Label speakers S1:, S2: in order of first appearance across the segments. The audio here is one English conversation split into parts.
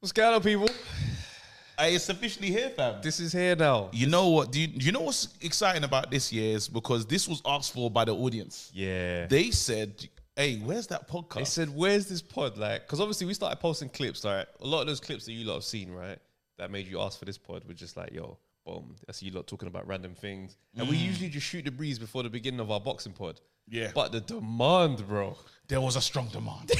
S1: What's going on, people?
S2: Hey, It's officially here, fam.
S1: This is here now.
S2: You know what? Do you, do you know what's exciting about this year is because this was asked for by the audience.
S1: Yeah.
S2: They said, "Hey, where's that podcast?"
S1: They said, "Where's this pod?" Like, because obviously we started posting clips. Like, a lot of those clips that you lot have seen, right? That made you ask for this pod were just like, "Yo, boom!" That's you lot talking about random things, and we usually just shoot the breeze before the beginning of our boxing pod.
S2: Yeah.
S1: But the demand, bro.
S2: there was a strong demand.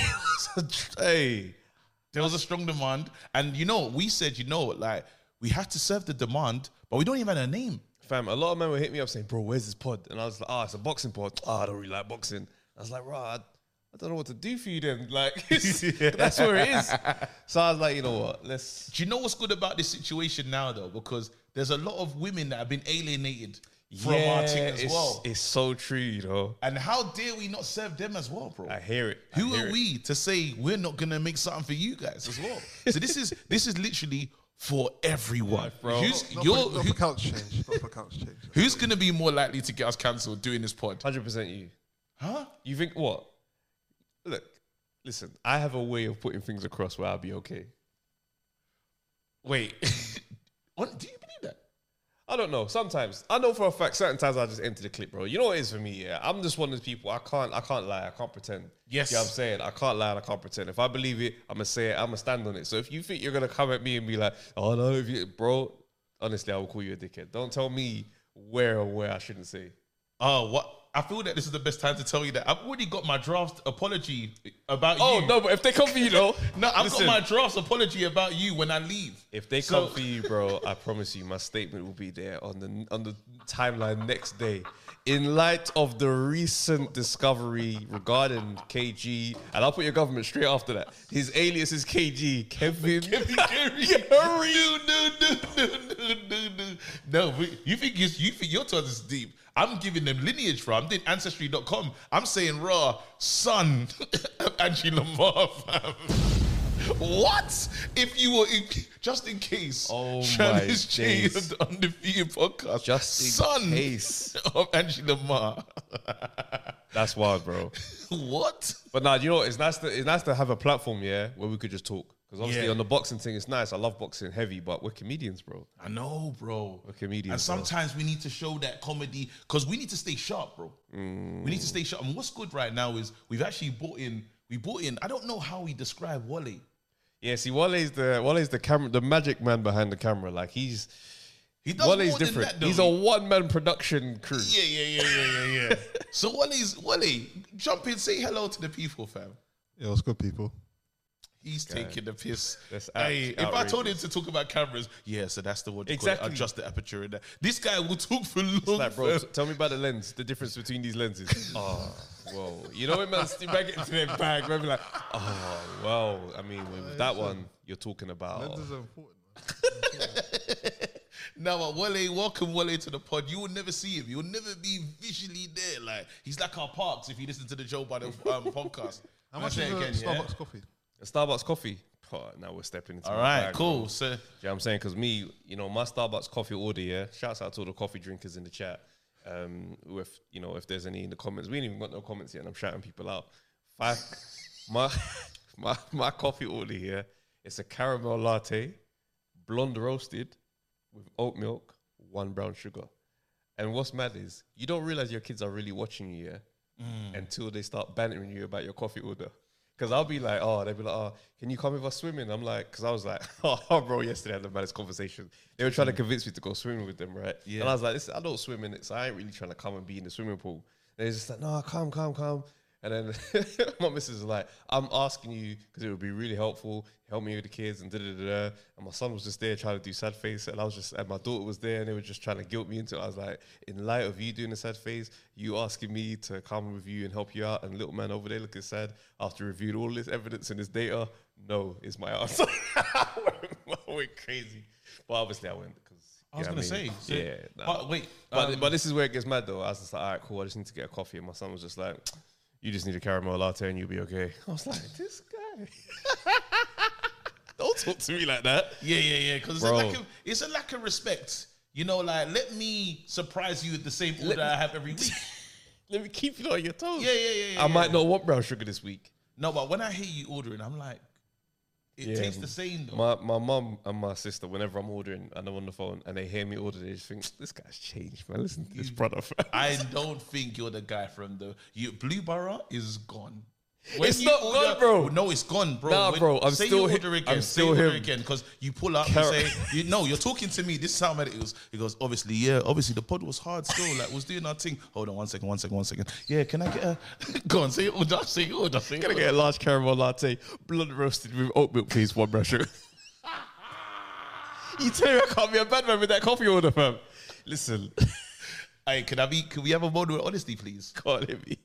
S1: hey,
S2: there was a strong demand, and you know, we said, you know, like we have to serve the demand, but we don't even have a name.
S1: fam. A lot of men will hit me up saying, "Bro, where's this pod?" And I was like, "Ah, it's a boxing pod. Ah, I don't really like boxing." I was like, "Right." I I don't know what to do for you then. Like, that's where it is. So I was like, you know what? Let's
S2: Do you know what's good about this situation now, though? Because there's a lot of women that have been alienated from our team as
S1: it's,
S2: well.
S1: It's so true, you know.
S2: and how dare we not serve them as well, bro?
S1: I hear it. I
S2: Who
S1: hear
S2: are
S1: it.
S2: we to say we're not gonna make something for you guys as well? so this is this is literally for everyone.
S1: bro.
S2: Who's
S3: Not,
S2: you're,
S3: for, not
S2: who-
S3: for couch change. Not for couch change.
S2: who's gonna be more likely to get us cancelled doing this pod?
S1: 100% you.
S2: Huh?
S1: You think what? Look, listen, I have a way of putting things across where I'll be okay.
S2: Wait, what? Do you believe that?
S1: I don't know. Sometimes I know for a fact. Certain times I just enter the clip, bro. You know what it is for me. Yeah, I'm just one of those people. I can't. I can't lie. I can't pretend.
S2: Yes.
S1: you know what I'm saying I can't lie and I can't pretend. If I believe it, I'm gonna say it. I'm gonna stand on it. So if you think you're gonna come at me and be like, "Oh no, if you, bro," honestly, I will call you a dickhead. Don't tell me where or where I shouldn't say.
S2: Oh, what? I feel that this is the best time to tell you that I've already got my draft apology about
S1: Oh
S2: you.
S1: no, but if they come for you, though,
S2: no, I've
S1: listen.
S2: got my draft apology about you when I leave.
S1: If they
S2: So-
S1: come for you, bro, I promise you, my statement will be there on the on the timeline next day. In light of the recent discovery regarding KG, and I'll put your government straight after that. His alias is KG, Kevin.
S2: Kevin Curry. No, no, no, no, no, no, no. No, we- you think you, you think your turn is deep. I'm giving them lineage from. I'm doing ancestry.com. I'm saying raw son of Angie Lamar, fam. What if you were in, just in case?
S1: Oh my
S2: Shanice J
S1: days.
S2: of the Undefeated Podcast.
S1: Just in
S2: son
S1: case.
S2: of Angie Lamar.
S1: That's wild, bro.
S2: what?
S1: But nah, you know what? It's nice to it's nice to have a platform, yeah, where we could just talk. Because obviously
S2: Yeah.
S1: on the boxing thing, it's nice. I love boxing heavy, but we're comedians, bro.
S2: I know, bro.
S1: We're comedians,
S2: And
S1: bro.
S2: sometimes we need to show that comedy because we need to stay sharp, bro.
S1: Mm.
S2: We need to stay sharp. And what's good right now is we've actually bought in. We bought in. I don't know how we describe Wally.
S1: Yeah, see, Wale's the Wale's the camera, the magic man behind the camera. Like he's
S2: He does
S1: Wale's
S2: more than
S1: different.
S2: that, though.
S1: he's a one man production crew.
S2: yeah, yeah, yeah, yeah, yeah, yeah. so Wally's Wally, jump in, say hello to the people, fam.
S3: Yeah, it's good, people.
S2: He's taking the piss.
S1: That's
S2: hey,
S1: out-
S2: if I told him to talk about cameras, yeah, so that's the one.
S1: Exactly.
S2: Adjust the aperture in that. This guy will talk for long.
S1: It's like, bro,
S2: fam.
S1: t- tell me about the lens, the difference between these lenses. oh, whoa. You know when man stick back into their bag, man be like, oh, well, I mean, with that one, you're talking about.
S3: Lenses are important. man.
S2: Now, uh, Wale, welcome Wale to the pod. You will never see him. You'll never be visually there. Like he's like our parks if you listen to the Joe Biden um, podcast.
S3: How
S2: Can I
S3: much
S2: say
S3: is
S2: it
S3: a
S2: yeah?
S3: Starbucks coffee?
S1: A Starbucks coffee. Oh, now we're stepping into
S2: All
S1: my
S2: right,
S1: bag, bro.
S2: cool. So
S1: Do you know what I'm saying? Because me, you know, my Starbucks coffee order, yeah. Shouts out to all the coffee drinkers in the chat. Um, with you know, if there's any in the comments, we ain't even got no comments yet, and I'm shouting people out. Five, my my my coffee order here. It's a caramel latte, blonde roasted, with oat milk, one brown sugar. And what's mad is you don't realize your kids are really watching you yeah, until they start bantering you about your coffee order. Because I'll be like, oh, they'll be like, oh, can you come with us swimming? I'm like, because I was like, oh, bro, yesterday I had the maddest conversation. They were trying to convince me to go swimming with them, right? Yeah. And I was like, listen, I don't swim in it, so I ain't really trying to come and be in the swimming pool. And they're just like, no, come, come, come. And then my missus is like, I'm asking you because it would be really helpful. Help me with the kids and da da da da. And my son was just there trying to do sad face, and I was just, and my daughter was there, and they were just trying to guilt me into it. I was like, in light of you doing the sad face, you asking me to come with you and help you out, and little man over there looking sad after reviewing all this evidence and this data. No, is my answer. I, went, I went crazy, but obviously I went because
S2: I was gonna say. so-
S1: yeah. nah.
S2: but wait,
S1: But,
S2: um,
S1: but this is where it gets mad though. I was just like, all right, cool. I just need to get a coffee. And my son was just like, you just need a caramel latte and you'll be okay. I was like, this guy. Don't talk to me like that.
S2: yeah, yeah, yeah. Because it's, a
S1: Bro.
S2: lack of- it's a lack of respect. You know, like let me surprise you with the same order I have every week.
S1: Let me keep you on your toes.
S2: Yeah, yeah, yeah, yeah,
S1: I might not want brown sugar this week.
S2: No, but when I hear you ordering, I'm like, It
S1: Yeah.
S2: tastes the same though.
S1: My my mum and my sister, whenever I'm ordering and I'm on the phone and they hear me order, they just think this guy's changed, man. Listen to this brother. fam."
S2: I don't think you're the guy from the you, Blue Borough is gone.
S1: It's not
S2: order-
S1: gone, bro.
S2: No, it's gone, bro.
S1: Nah, bro, I'm
S2: say
S1: still
S2: you
S1: hi-
S2: order again.
S1: I'm
S2: say
S1: still
S2: you order
S1: him.
S2: again because you pull up
S1: Carrot.
S2: and say, you know, you're talking to me. This is how mad it was. He goes, obviously, yeah, obviously the pod was hard still. Like, was doing our thing. Hold on, one second, one second, one second. Yeah, can I get a go on? Say your order. Say your order. Say your
S1: Gonna
S2: order.
S1: get a large caramel latte, blood roasted with oat milk, please, one brush. you tell me I can't be a bad man with that coffee order, fam. Listen,
S2: Hey, can I be? Can we have a moment with honesty, please?
S1: can't hit me.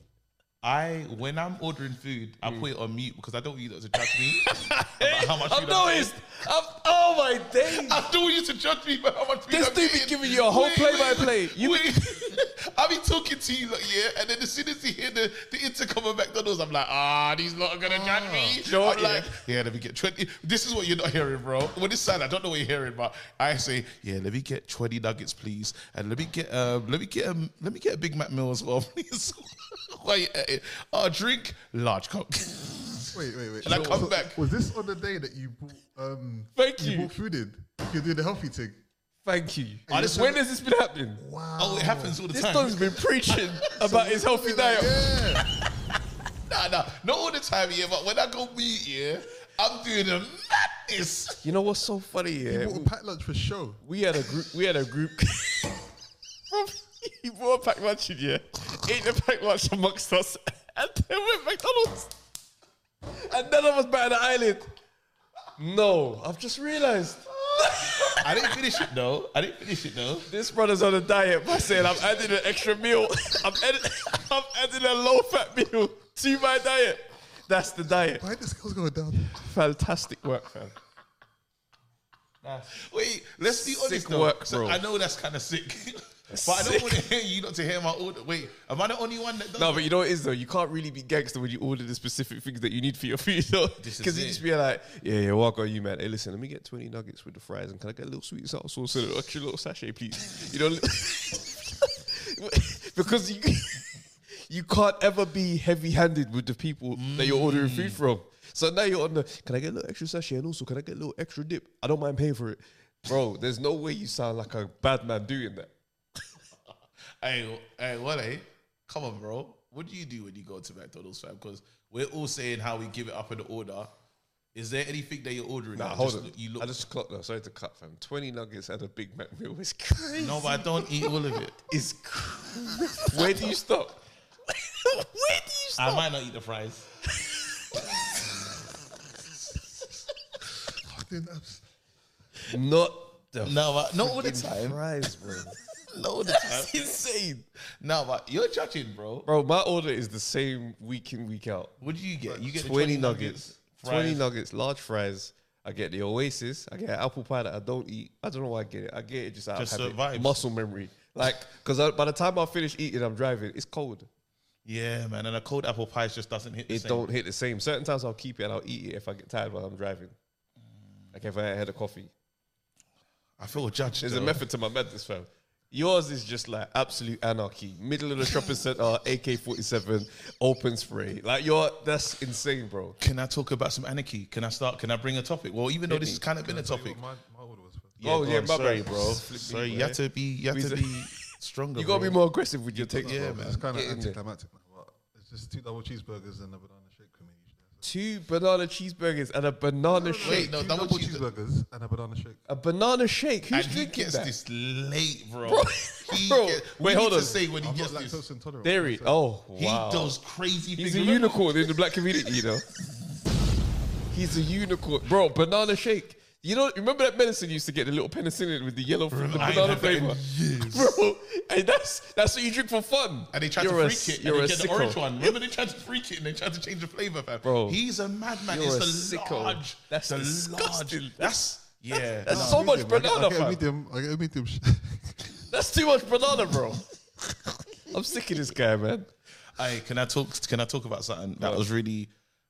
S2: I when I'm ordering food, I
S1: Mm.
S2: put it on mute because I don't want you lot to judge me about how much.
S1: I've
S2: food I'm eating.
S1: noticed. I've, oh my days.
S2: I don't want you to judge me by how much food
S1: This
S2: I'm
S1: dude be
S2: eating.
S1: giving you a whole
S2: Wait,
S1: play-by-play.
S2: wait,
S1: You-
S2: wait. I be talking to you, like, yeah, and then as soon as you hear the, the intercom of McDonald's, I'm like, ah, these lot are gonna judge me.
S1: You know what,
S2: I'm
S1: yeah.
S2: like, yeah, let me get 20. This is what you're not hearing, bro. When it's sad, I don't know what you're hearing, but I say, yeah, let me get 20 nuggets, please. And let me get um, let me get um, let me get a Big Mac meal as well, please. While you're at it. Uh, drink large coke.
S3: Wait, wait, wait.
S2: And I come back.
S3: Was this on the day that you bought, um,
S1: Thank you.
S3: bought food in? You're doing the healthy thing.
S1: Thank you.
S2: Honestly-
S1: when has this been happening?
S3: Wow.
S2: Oh, it happens all the
S1: This
S2: time.
S1: dog's been preaching about his healthy diet.
S3: Yeah.
S2: Nah, nah, not all the time, yeah, but when I go meet, yeah, I'm doing a madness.
S1: You know what's so funny? Yeah,
S3: Bought a packed lunch for show.
S1: we had a group. We had a group. he brought a packed lunch in, yeah. Ate the packed lunch amongst us, and then went McDonald's. And none of us batted an eyelid. No, I've just realised
S2: I didn't finish it though. I didn't finish it though.
S1: this brother's on a diet by saying I'm adding an extra meal. I'm adding, I'm adding a low-fat meal to my diet. That's the diet.
S3: Why this girl's going down?
S1: Fantastic work, fam.
S2: Wait, let's be honest
S1: Sick
S2: though.
S1: work,
S2: So
S1: bro.
S2: I know that's kind of sick, but I don't
S1: Sick.
S2: want to hear you not to hear my order. Wait, am I the only one that does?
S1: No, but you know what it is though? You can't really be gangster when you order the specific things that you need for your food though.
S2: This is
S1: Because you
S2: it.
S1: just be like, yeah, yeah, what got you, man? Hey, listen, let me get 20 nuggets with the fries and can I get a little sweet and sour sauce and an extra little sachet, please? You know, li- because you, you can't ever be heavy handed with the people that you're ordering food
S2: Mm.
S1: from. So now you're on the, can I get a little extra sachet and also can I get a little extra dip? I don't mind paying for it. Bro, there's no way you sound like a bad man doing that.
S2: hey, hey, Wale, come on, bro. What do you do when you go to McDonald's, fam? Because we're all saying how we give it up in the order. Is there anything that you're ordering?
S1: Nah,
S2: that
S1: hold
S2: just
S1: on.
S2: look- You
S1: I
S2: look.
S1: just clocked. No, sorry to cut, fam. Twenty nuggets and a Big Mac meal is crazy.
S2: No, but I don't eat all of it.
S1: it's crazy. Where do you stop? Where do you
S2: I
S1: stop?
S2: might not eat the fries.
S3: Fucking abs-
S1: Not the
S2: No, but not all the
S1: fucking
S2: time.
S1: fries, bro.
S2: Not all the time.
S1: That's insane,
S2: No, but you're judging, bro.
S1: bro. My order is the same week in week out.
S2: What do you get? You get the
S1: Twenty nuggets, twenty
S2: fries.
S1: nuggets, large fries. I get the Oasis. I get an apple pie that I don't eat. I don't know why I get it. I get it just out
S2: Just
S1: of
S2: the
S1: habit.
S2: vibes.
S1: muscle memory. Like, because by the time I finish eating, I'm driving. It's cold.
S2: Yeah, man, and a cold apple pie just doesn't hit. The
S1: it
S2: same.
S1: don't hit the same. Certain times I'll keep it and I'll eat it if I get tired while I'm driving. Like if I had a coffee.
S2: I feel judged.
S1: There's a
S2: though.
S1: method to my madness, fam. Yours is just like absolute anarchy. Middle of the shopping center, AK forty seven, open spray. Like you're that's insane, bro.
S2: Can I talk about some anarchy? Can I start? Can I bring a topic? Well, even though this has kind of been a topic.
S3: My, my order was first.
S1: Oh,
S2: go
S1: yeah,
S2: on,
S1: my
S2: sorry,
S1: bad.
S2: bro.
S1: Flip me,
S2: Sorry, you
S1: bro.
S2: have to be. You have
S1: We
S2: to
S1: said-
S2: be stronger.
S1: You gotta
S2: bro.
S1: be more aggressive with your take.
S2: Yeah,
S3: Oh, It's
S2: man.
S1: Get in
S3: kind of
S1: there.
S3: anticlimactic now, but it's just two double cheeseburgers and a banana shake for me. usually.
S1: Two banana cheeseburgers and a banana
S2: Wait,
S1: shake.
S2: no,
S3: two
S2: double
S3: double,
S2: cheese-
S3: cheeseburgers and a banana shake.
S1: A banana shake. Who's
S2: And he
S1: drinking
S2: gets
S1: that?
S2: this late, bro.
S1: Bro,
S2: He
S1: bro,
S2: get- we
S1: wait,
S2: need
S1: hold
S2: to
S1: on.
S2: say when he
S3: I'm
S2: gets
S3: not
S2: this.
S3: lactose intolerant.
S1: Dairy.
S3: so-
S1: Oh,
S2: He
S1: wow.
S2: does crazy
S1: He's
S2: things.
S1: a
S2: Remember-
S1: unicorn in the black community, you know. He's a unicorn, bro. Banana shake. You know, remember that medicine you used to get the little penicillin with the yellow, the
S2: I ain't
S1: banana
S2: had that in
S1: flavor, bro. Hey, that's that's what you drink for fun.
S2: And they tried
S1: You're
S2: to
S1: a
S2: freak
S1: s-
S2: it.
S1: You're
S2: and
S1: a
S2: they get the
S1: sicko.
S2: orange one. Remember they tried to freak it and they tried to change the flavor, fam.
S1: Bro,
S2: He's a madman.
S1: you're
S2: It's
S1: a
S2: the
S1: sicko.
S2: large.
S1: That's
S2: the
S1: disgusting.
S2: large. That's yeah.
S1: That's
S2: nah.
S1: Oh, so much
S3: Medium, I get-
S1: banana,
S3: I get a
S1: fam.
S3: medium. I get a medium. sh-
S1: That's too much banana, bro. I'm sick of this guy, man.
S2: Hey, can I talk? Can I talk about something that was really?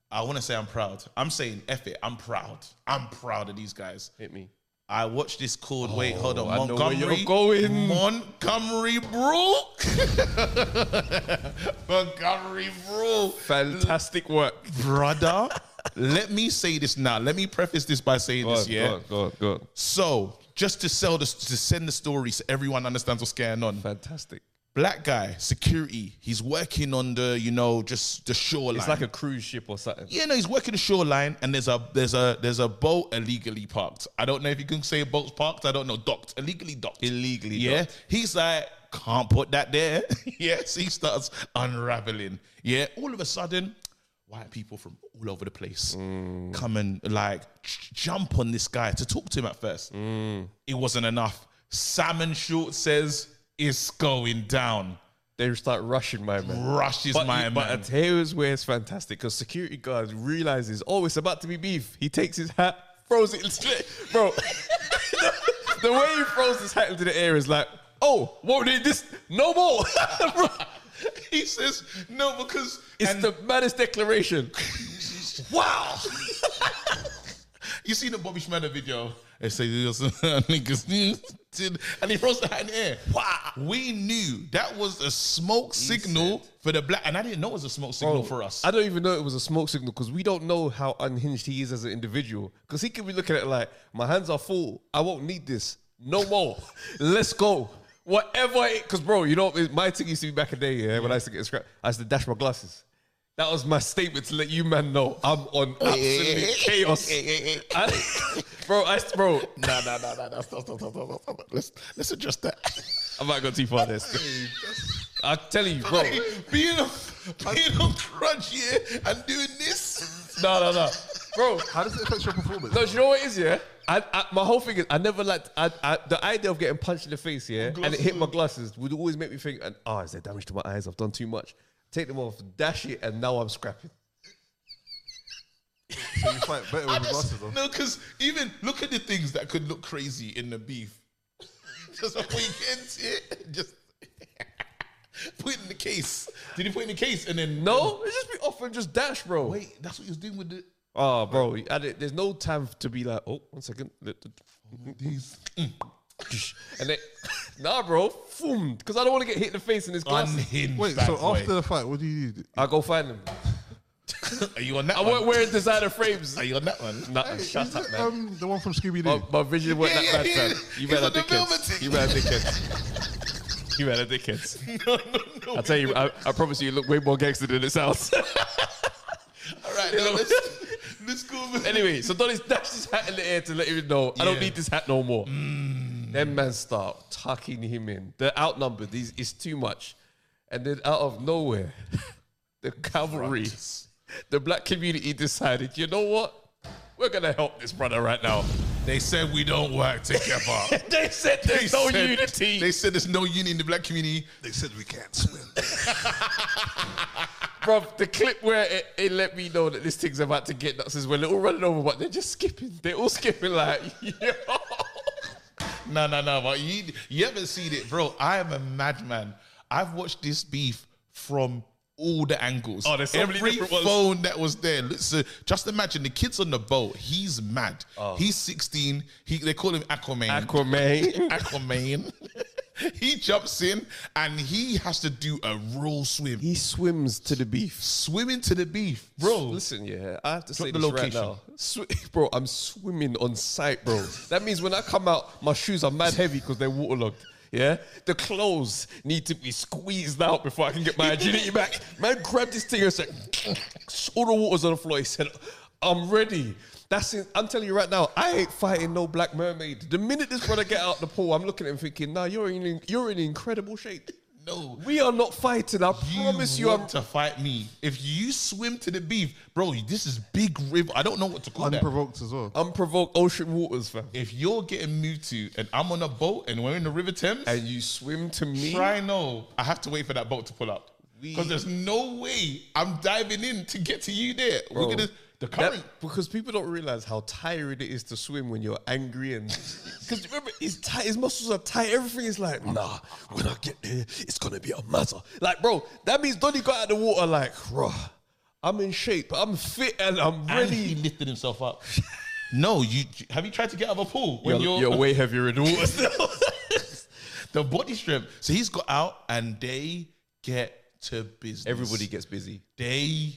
S2: I want to say I'm proud. I'm saying F it. I'm proud. I'm proud of these guys.
S1: Hit me.
S2: I watched this called. wait, hold on.
S1: Oh, I know where
S2: Montgomery.
S1: you're going.
S2: Montgomery Brook. Montgomery Brook,
S1: Fantastic work.
S2: brother. Let me say this now. Let me preface this by saying
S1: Go
S2: this,
S1: on,
S2: yeah.
S1: go on, go on, go on.
S2: So, just to sell this, to send the story so everyone understands what's going on.
S1: Fantastic.
S2: Black guy, security. He's working on the, you know, just the shoreline.
S1: It's like a cruise ship or something.
S2: yeah, no, he's working the shoreline, and there's a there's a there's a boat illegally parked. I don't know if you can say a boat's parked. I don't know, docked, illegally docked.
S1: Illegally
S2: yeah. He's like, can't put that there. yeah, so he starts unraveling. Yeah, all of a sudden, white people from all over the place
S1: Mm.
S2: come and like j- jump on this guy to talk to him at first.
S1: Mm.
S2: It wasn't enough. Salmon Short says it's going down.
S1: They start rushing my man.
S2: Rushes
S1: But,
S2: my
S1: you-
S2: man.
S1: but here's where it's fantastic because security guard realizes, oh, it's about to be beef. He takes his hat, throws it, into the- bro. the way he throws his hat into the air is like, oh, what did this? No more, bro.
S2: he says no because
S1: It's
S2: and-
S1: the maddest declaration.
S2: Wow. you seen the Bobby Schmader video? It says it was- niggas knew. Did- and he throws the hat in the air. Wow. We knew that was a smoke signal for the black, and I didn't know it was a smoke signal for us.
S1: I don't even know it was a smoke signal because we don't know how unhinged he is as an individual. Because he could be looking at it like, my hands are full. I won't need this. No more. Let's go. Whatever. Because, bro, you know, it- my thing used to be back in the day, yeah, when I used to get scrapped, I used to dash my glasses. That was my statement to let you man know I'm on absolute chaos. I- bro, I, bro,
S2: no, no, no, no, no. Stop, stop, stop, stop, stop. Let's let's address that.
S1: I might go too far there. I'm telling you, bro.
S2: being on, being on crunch here and doing this.
S1: No, no, no. Bro,
S3: How does it affect your performance?
S1: No, do you know what it is, yeah? I, I, my whole thing is, I never liked I, I, the idea of getting punched in the face, yeah, and it hit my glasses would always make me think, and oh, is there damage to my eyes? I've done too much. Take them off, dash it, and now I'm scrapping.
S3: So you fight better with the glasses on.
S2: No, because even look at the things that could look crazy in the beef. just a weekend, yeah, just put it in the case. Did he put it in the case and then
S1: No, it's just be off and just dash, bro.
S2: Wait, that's what he was doing with the
S1: Oh, bro, I did- there's no time to be like, oh, one second, Let the-
S2: these
S1: and then, nah, bro, because I don't want to get hit in the face in this glass.
S2: unhinged.
S3: Wait,
S2: bad
S3: so
S2: boy.
S3: after the fight, what do you do?
S1: I go find them.
S2: are you on that?
S1: I
S2: one?
S1: weren't wearing designer frames.
S2: Are you on that one?
S1: Nah, shut
S3: Is
S1: up,
S3: it,
S1: man. Oh,
S3: um, the one from Scooby Doo?
S1: My, my vision wasn't
S2: Yeah,
S1: that
S2: yeah,
S1: bad,
S2: yeah.
S1: fam. You
S2: It's
S1: better
S2: on the
S1: dickheads.
S2: velvet.
S1: You better dickheads. You better dickheads.
S2: No, no, no.
S1: I tell you, I, I promise you, you look way more gangster than it sounds.
S2: All right, no, let's let's go. over-
S1: anyway, so Donny's dashed his hat in the air to let him know I don't
S2: Yeah. Mm.
S1: need this hat no more. Then man start tucking him in. They're outnumbered. These it's too much. And then out of nowhere, the cavalry, the black community decided, you know what? We're gonna help this brother right now.
S2: they said we don't work together.
S1: They said there's
S2: They
S1: no
S2: said-
S1: unity.
S2: They said there's no unity in the black community.
S3: They said we can't swim.
S1: Bruv, the clip where it, it let me know that this thing's about to get nuts is when they're all running over, but they're just skipping. They're all skipping like, yo.
S2: No, no, no. But you, you haven't seen it, bro. I am a madman. I've watched this beef from all the angles.
S1: Oh, there's so many
S2: Every
S1: different ones.
S2: phone that was there. Listen, just imagine the kids on the boat. He's mad.
S1: Oh.
S2: He's 16. He, they call him Aquaman.
S1: Aquaman.
S2: Aquaman. he jumps in and he has to do a roll swim.
S1: He swims to the beef.
S2: Swimming to the beef, bro.
S1: Listen, yeah, I have to say
S2: Oh. the
S1: this
S2: location.
S1: right now. Sw- bro, I'm swimming on site, bro. That means when I come out, my shoes are mad heavy because they're waterlogged. Yeah? The clothes need to be squeezed out before I can get my agility back. Man grabbed this thing and said, all the water's on the floor. He said, I'm ready. That's it. I'm telling you right now, I ain't fighting no black mermaid. The minute this brother get out the pool, I'm looking at him thinking, nah, you're in you're in incredible shape.
S2: No.
S1: We are not fighting. I promise you
S2: want
S1: I'm
S2: to fight me. If you swim to the beef, bro, this is big river. I don't know what to call that.
S3: Unprovoked as
S1: Oh,
S3: well.
S1: unprovoked ocean waters, fam.
S2: if you're getting moved to and I'm on a boat and we're in the River Thames,
S1: and you swim to me.
S2: try no. I have to wait for that boat to pull up because there's no way I'm diving in to get to you there. We're gonna the
S1: That-
S2: current.
S1: because people don't realize how tired it is to swim when you're angry and because remember his tight, his muscles are tight. Everything is like, nah, when I get there, it's gonna be a matter. Like, bro, that means Donny got out of the water like, bruh, I'm in shape, I'm fit, and I'm
S2: and
S1: ready.
S2: he lifted himself up. no, you have you tried to get out of a pool when you're,
S1: way heavier in the water. still.
S2: the body strength. So he's got out and they get to business.
S1: Everybody gets busy.
S2: they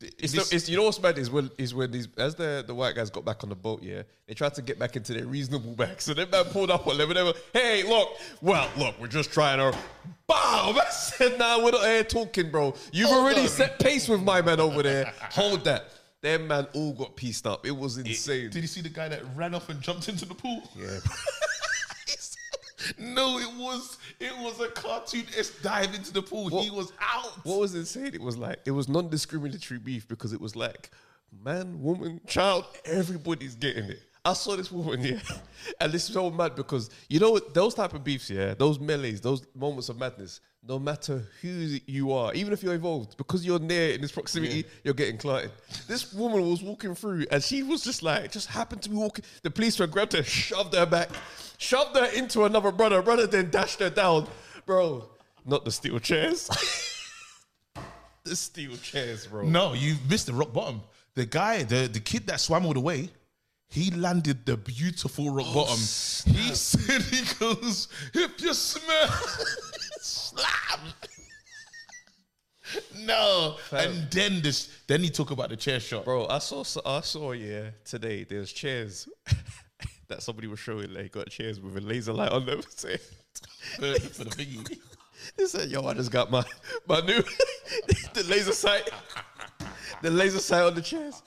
S1: It's, the, it's you know what's bad is when is when these as the the white guys got back on the boat, yeah, they tried to get back into their reasonable back. So that man pulled up on them and they were, hey, look, well, look, we're just trying to Bow! I said, nah, we're not here talking, bro. You've
S2: Hold
S1: already
S2: on.
S1: set pace with my man over there. Hold that. Them man all got pieced up. It was insane.
S2: Did you see the guy that ran off and jumped into the pool?
S1: yeah.
S2: No, it was it was a cartoon S dive into the pool.
S1: What-
S2: He was out.
S1: What was insane? It was like it was non-discriminatory beef because it was like man, woman, child, everybody's getting it. I saw this woman, yeah, and this is so mad because you know those type of beefs, yeah, those melees, those moments of madness. No matter who you are, even if you're involved, because you're near in this proximity, you're getting clotted. This woman was walking through, and she was just like, just happened to be walking. The policeman grabbed her, shoved her back, shoved her into another brother. Brother then dashed her down, bro. Not the steel chairs. the steel chairs, bro.
S2: No, you missed the rock bottom. The guy, the, the kid that swam all the way, he landed the beautiful
S1: Oh,
S2: rock bottom. He said he goes, if you smell slap. no. And then this then he talked about the chair shot.
S1: Bro, I saw I saw yeah today. There's chairs that somebody was showing. They got chairs with a laser light on them. Saying,
S2: For, for the thingy.
S1: they said, "Yo, I just got my my new the laser sight, the laser sight on the chairs."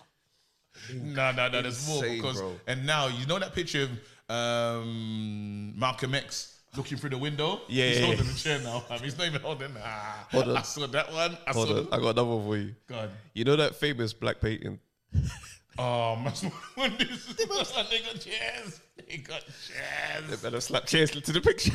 S2: No, no, no, there's more
S1: Insane,
S2: because
S1: bro.
S2: and now you know that picture of um, Malcolm X looking through the window?
S1: Yeah,
S2: He's
S1: yeah,
S2: holding
S1: yeah.
S2: the chair now. fam. he's not even holding ah,
S1: Hold on.
S2: I saw that one. I
S1: Hold
S2: saw
S1: on, I got another one for you.
S2: God.
S1: You know that famous black painting?
S2: Oh, man. when this is- they got chairs. They got chairs.
S1: Better slap chairs to the picture.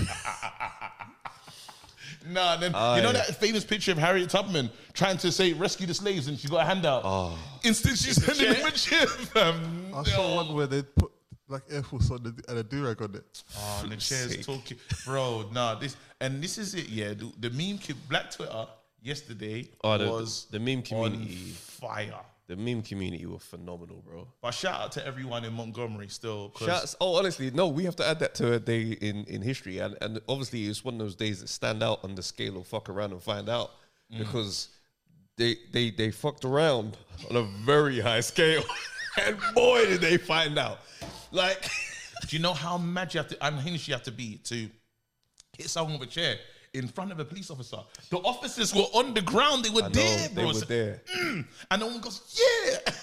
S2: Nah, then you know that famous picture of Harriet Tubman trying to say rescue the slaves and she got a handout. Oh. Instead, she's handing him a chair. fam.
S3: I saw one where they put like Air Force on the, and a do rag on it.
S2: Oh, and the chairs
S1: sake.
S2: talking, bro. Nah, this and this is it. Yeah, the, the meme kid, Black Twitter yesterday
S1: Oh, the-
S2: was
S1: the meme
S2: on
S1: community.
S2: fire.
S1: The meme community were phenomenal, bro.
S2: But shout out to everyone in Montgomery still. 'cause-
S1: Shouts. Oh, honestly, no, we have to add that to a day in, in history. And, and obviously, it's one of those days that stand out on the scale of fuck around and find out because they, they, they fucked around on a very high scale. and boy, did they find out. Like,
S2: Do you know how mad you have to, unhinged you have to be to hit someone with a chair in front of a police officer? The officers were on the ground. They were
S1: I know
S2: there,
S1: they
S2: bro.
S1: were there.
S2: And no one goes, yeah.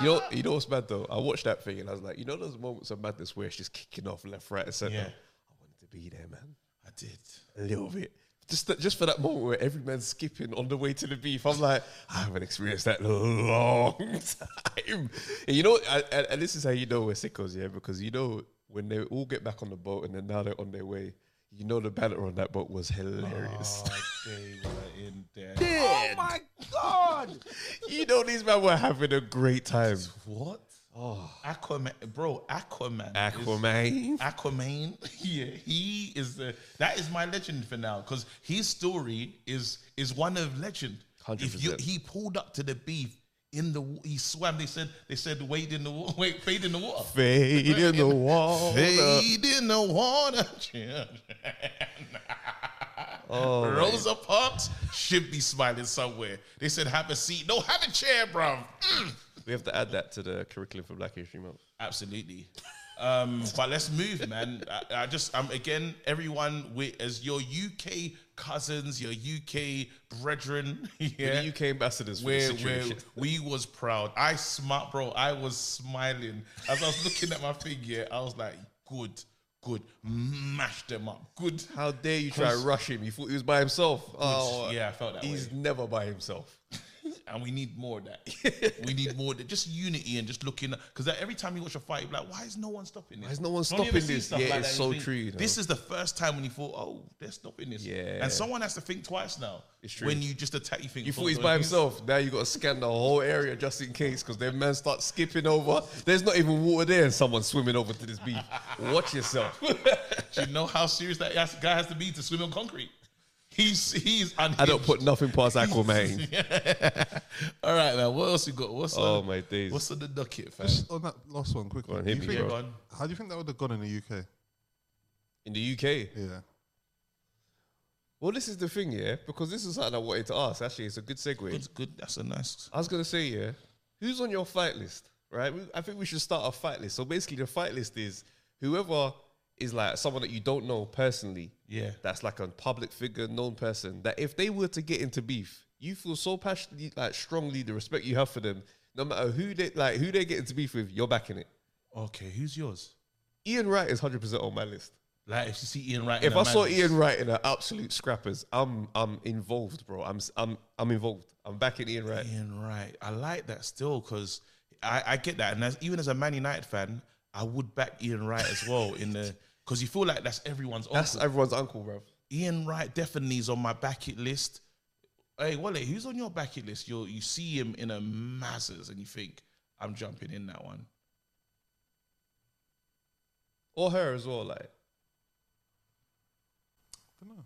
S1: You know, you know what's bad though? I watched that thing and I was like, you know those moments of madness where it's just kicking off left, right, and center?
S2: Yeah.
S1: I wanted to be there, man.
S2: I did.
S1: a little bit. Just that, just for that moment where every man's skipping on the way to the beef, I'm like, I haven't experienced that in a long time. And you know, I, and, and this is how you know we're sickos, yeah, because you know when they all get back on the boat and then now they're on their way, you know the banter on that boat was
S2: Oh.
S1: hilarious.
S2: they were in there.
S1: Oh my god! you know these men were having a great time.
S2: What? Oh, Aquaman, bro, Aquaman. is-
S1: Aquaman.
S2: Aquaman. Yeah, he is the that is my legend for now because his story is is one of legend.
S1: 100%.
S2: If you he pulled up to the beef in the wa- he swam. They said they said wade in the water, wait fade in the water,
S1: Fade in the wall.
S2: fade in the water. children. Rosa Parks should be smiling somewhere. They said have a seat. No, have a chair, bro.
S1: We have to add that to the curriculum for Black History Month.
S2: Absolutely. Um, but let's move, man. I, I just, um, again, everyone, we, as your UK cousins, your UK brethren, yeah,
S1: The UK ambassadors for the
S2: where, where
S1: situation.
S2: we was proud. I smart, bro. I was smiling as I was looking at my figure. I was like, good, good, mash them up, good.
S1: How dare you try and rush him? You thought he was by himself. Oh,
S2: yeah, I felt that
S1: he's
S2: way.
S1: never by himself.
S2: and we need more of that. we need more of that. Just unity and just looking because every time you watch a fight, you're like, why is no one stopping this?
S1: Why is no one
S2: Don't you
S1: stopping
S2: ever see
S1: this?
S2: stuff
S1: Yeah,
S2: like
S1: it's
S2: that? You
S1: so
S2: think,
S1: true, you know.
S2: This is the first time when you thought, oh, they're stopping this.
S1: Yeah.
S2: and someone has to think twice now.
S1: It's true.
S2: When you just attack, you think
S1: You
S2: "Oh,
S1: thought he's
S2: no,
S1: by
S2: he's-"
S1: himself. Now you got to scan the whole area just in case, because their man starts skipping over. There's not even water there, and someone's swimming over to this beach. Watch yourself.
S2: Do you know how serious that has- guy has to be to swim on concrete? He's he's. Unhinged.
S1: I don't put nothing past Aquaman.
S2: All right, man. What else you got? What's
S1: Oh
S2: on,
S1: my days.
S2: What's on the docket, fam?
S3: Just on that last one, quickly.
S1: on,
S3: do
S1: hit
S3: you
S1: me,
S3: think-
S1: bro.
S2: Go on.
S3: how do you think that would have gone in the UK?
S1: in the UK,
S3: Yeah.
S1: Well, this is the thing, yeah, because this is something I wanted to ask. Actually, it's a good segue.
S2: Good, good. That's a nice.
S1: I was gonna say, yeah, who's on your fight list, right? We- I think we should start a fight list. So basically, the fight list is whoever is like someone that you don't know personally,
S2: Yeah.
S1: that's like a public figure, known person. That if they were to get into beef, you feel so passionately, like strongly, the respect you have for them, no matter who they like, who they get into beef with, you're backing it.
S2: Okay, who's yours?
S1: Ian Wright is hundred percent on my list.
S2: Like, if you see Ian right,
S1: If I saw Ian Wright in an absolute scrappers, I'm I'm involved, bro. I'm s- I'm I'm involved. I'm backing Ian Wright.
S2: Ian Wright, I like that still because I, I get that, and as, even as a Man United fan, I would back Ian Wright as well in the because you feel like that's everyone's.
S1: That's
S2: uncle.
S1: everyone's uncle, bro.
S2: Ian Wright definitely is on my bucket list. Hey, Wale, who's on your bucket list? You you see him in a masses and you think I'm jumping in that one.
S1: or her as well. Like
S3: don't know.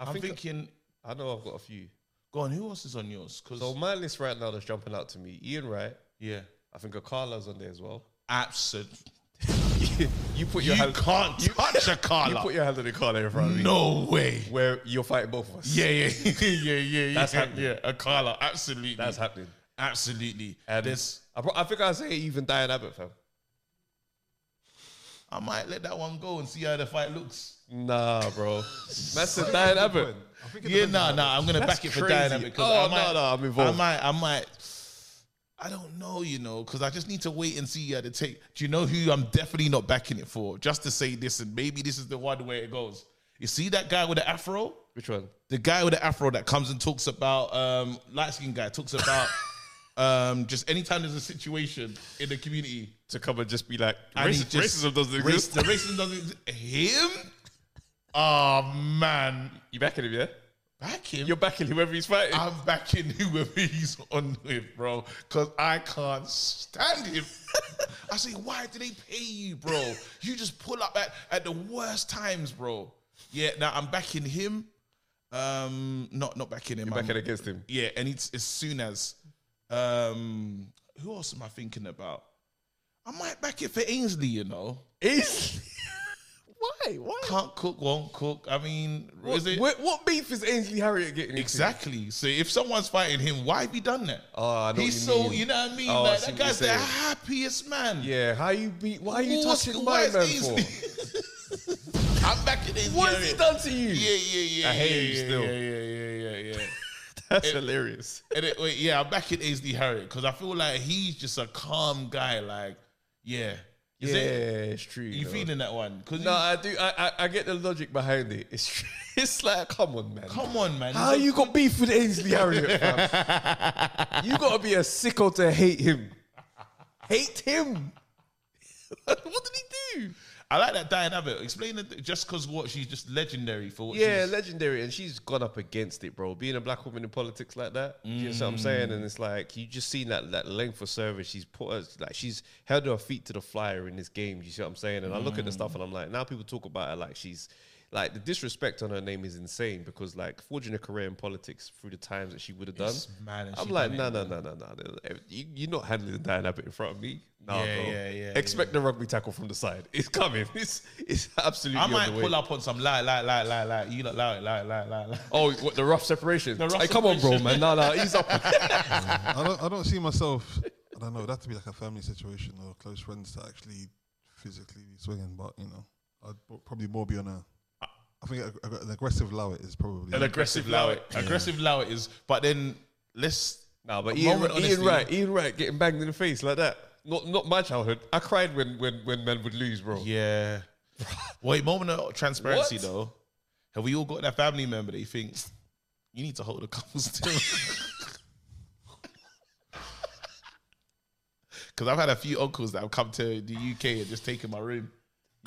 S1: I
S2: I'm
S1: think uh,
S2: thinking,
S1: I know I've got a few.
S2: go on, who else is on yours? Because
S1: So my list right now that's jumping out to me: Ian Wright.
S2: yeah,
S1: I think Akala's on there as well.
S2: absolutely,
S1: you put
S2: you
S1: your hand.
S2: can't touch a
S1: You
S2: Carla.
S1: put your hand on Akala in front of me.
S2: no way.
S1: Where you're fighting both of us.
S2: Yeah, yeah, yeah, yeah, yeah.
S1: That's
S2: yeah,
S1: happening.
S2: Yeah, a Carla, absolutely,
S1: that's happening.
S2: absolutely.
S1: And
S2: There's-
S1: I, pro- I think I say even Diane Abbott, fam.
S2: I might let that one go and see how the fight looks.
S1: Nah, bro. That's a Diane Abbott.
S3: I think it
S2: Yeah,
S3: depends
S2: nah,
S3: on
S2: nah. I'm gonna
S1: That's
S2: back it for
S1: crazy.
S2: Diana because
S1: Oh,
S2: I might,
S1: no, no, I'm involved.
S2: I might, I might. I don't know, you know, because I just need to wait and see how the take. Do you know who I'm definitely not backing it for? Just to say this, and maybe this is the one where it goes. You see that guy with the afro,
S1: Which one?
S2: the guy with the afro that comes and talks about um, light skinned guy talks about um, just anytime there's a situation in the community,
S1: To come and just be like
S2: and he
S1: raci-
S2: just-
S1: racism doesn't
S2: race-
S1: exist.
S2: The racism doesn't exist. Him? Oh man,
S1: You backing him, yeah?
S2: back him.
S1: You're backing whoever he's fighting.
S2: I'm backing whoever he's on with, bro, because I can't stand him. I say, why do they pay you, bro? You just pull up at, at the worst times, bro. Yeah, now I'm backing him. Um, not not backing him. I'm-
S1: backing against him.
S2: yeah, and it's as soon as um who else am I thinking about? I might back it for Ainsley, you know.
S1: Is why? Why?
S2: Can't cook, won't cook. I mean,
S1: What,
S2: is it
S1: what, what beef is Ainsley Harriott getting into?
S2: Exactly. So if someone's fighting him, why have he done that?
S1: Oh, I know what
S2: He's
S1: you
S2: so,
S1: mean.
S2: you know what I mean?
S1: Oh, I
S2: like,
S1: see
S2: that
S1: what you're
S2: guy's the
S1: saying.
S2: happiest man.
S1: Yeah, how you be? Why are you
S2: What's-
S1: touching
S2: why
S1: my
S2: is
S1: man
S2: Ainsley-
S1: for?
S2: I'm back in his
S1: What has he
S2: area.
S1: done to you?
S2: Yeah, yeah, yeah.
S1: I hate
S2: yeah,
S1: you
S2: yeah,
S1: still.
S2: Yeah, yeah, yeah, yeah, yeah.
S1: That's hilarious.
S2: and it, wait, yeah, I'm back in Ainsley Harriet because I feel like he's just a calm guy. Like, yeah. Is
S1: yeah,
S2: it?
S1: it's true.
S2: You
S1: though.
S2: feeling that one? Because
S1: No, I do. I, I I get the logic behind it. It's tr- it's like, come on, man.
S2: come on, man.
S1: how
S2: He's a-
S1: you got beef with Ainsley Harriott? Fam? you gotta be a sicko to hate him. Hate him. what did he do?
S2: I like that Diane Abbott. Explain it just because what she's just legendary for. What
S1: Yeah,
S2: she's,
S1: legendary, and she's gone up against it, bro. Being a black woman in politics like that, do you know
S2: Mm.
S1: what I'm saying? And it's like you just seen that that length of service she's put us like she's held her feet to the flyer in this game. You see what I'm saying? And I look at the
S2: Mm.
S1: stuff and I'm like, now people talk about her like she's like the disrespect on her name is insane because like forging a career in politics through the times that she would have done.
S2: It's mad and
S1: I'm
S2: she
S1: like,
S2: done it,
S1: no, no, no, no, no. You, you're not handling that up in front of me. Nah,
S2: Yeah,
S1: bro.
S2: yeah, yeah,
S1: Expect the rugby tackle from the side. It's coming. It's it's absolutely.
S2: I
S1: on
S2: might
S1: the way.
S2: pull up on some lie, lie, lie, lie, lie. You look lie, lie, lie, lie, lie.
S1: Oh, what, the rough separation.
S2: The rough
S1: hey, come on, bro,
S2: separation.
S1: man. No, no, ease up.
S3: I don't, I don't see myself. I don't know. That'd to be like a family situation or close friends to actually physically be swinging. But you know, I'd pro- probably more be on a. I think a, a, an aggressive lowit is probably.
S2: An aggressive low it. Aggressive low it is. But then let's.
S1: no, but
S2: A
S1: Ian,
S2: moment,
S1: Ian
S2: honestly.
S1: Wright, Ian Wright getting banged in the face like that. Not not my childhood. I cried when when when men would lose, bro.
S2: Yeah. Wait, moment of transparency
S1: What?
S2: though. Have we all got that family member that you think you need to hold a couple still? Because I've had a few uncles that have come to the UK and just taken my room.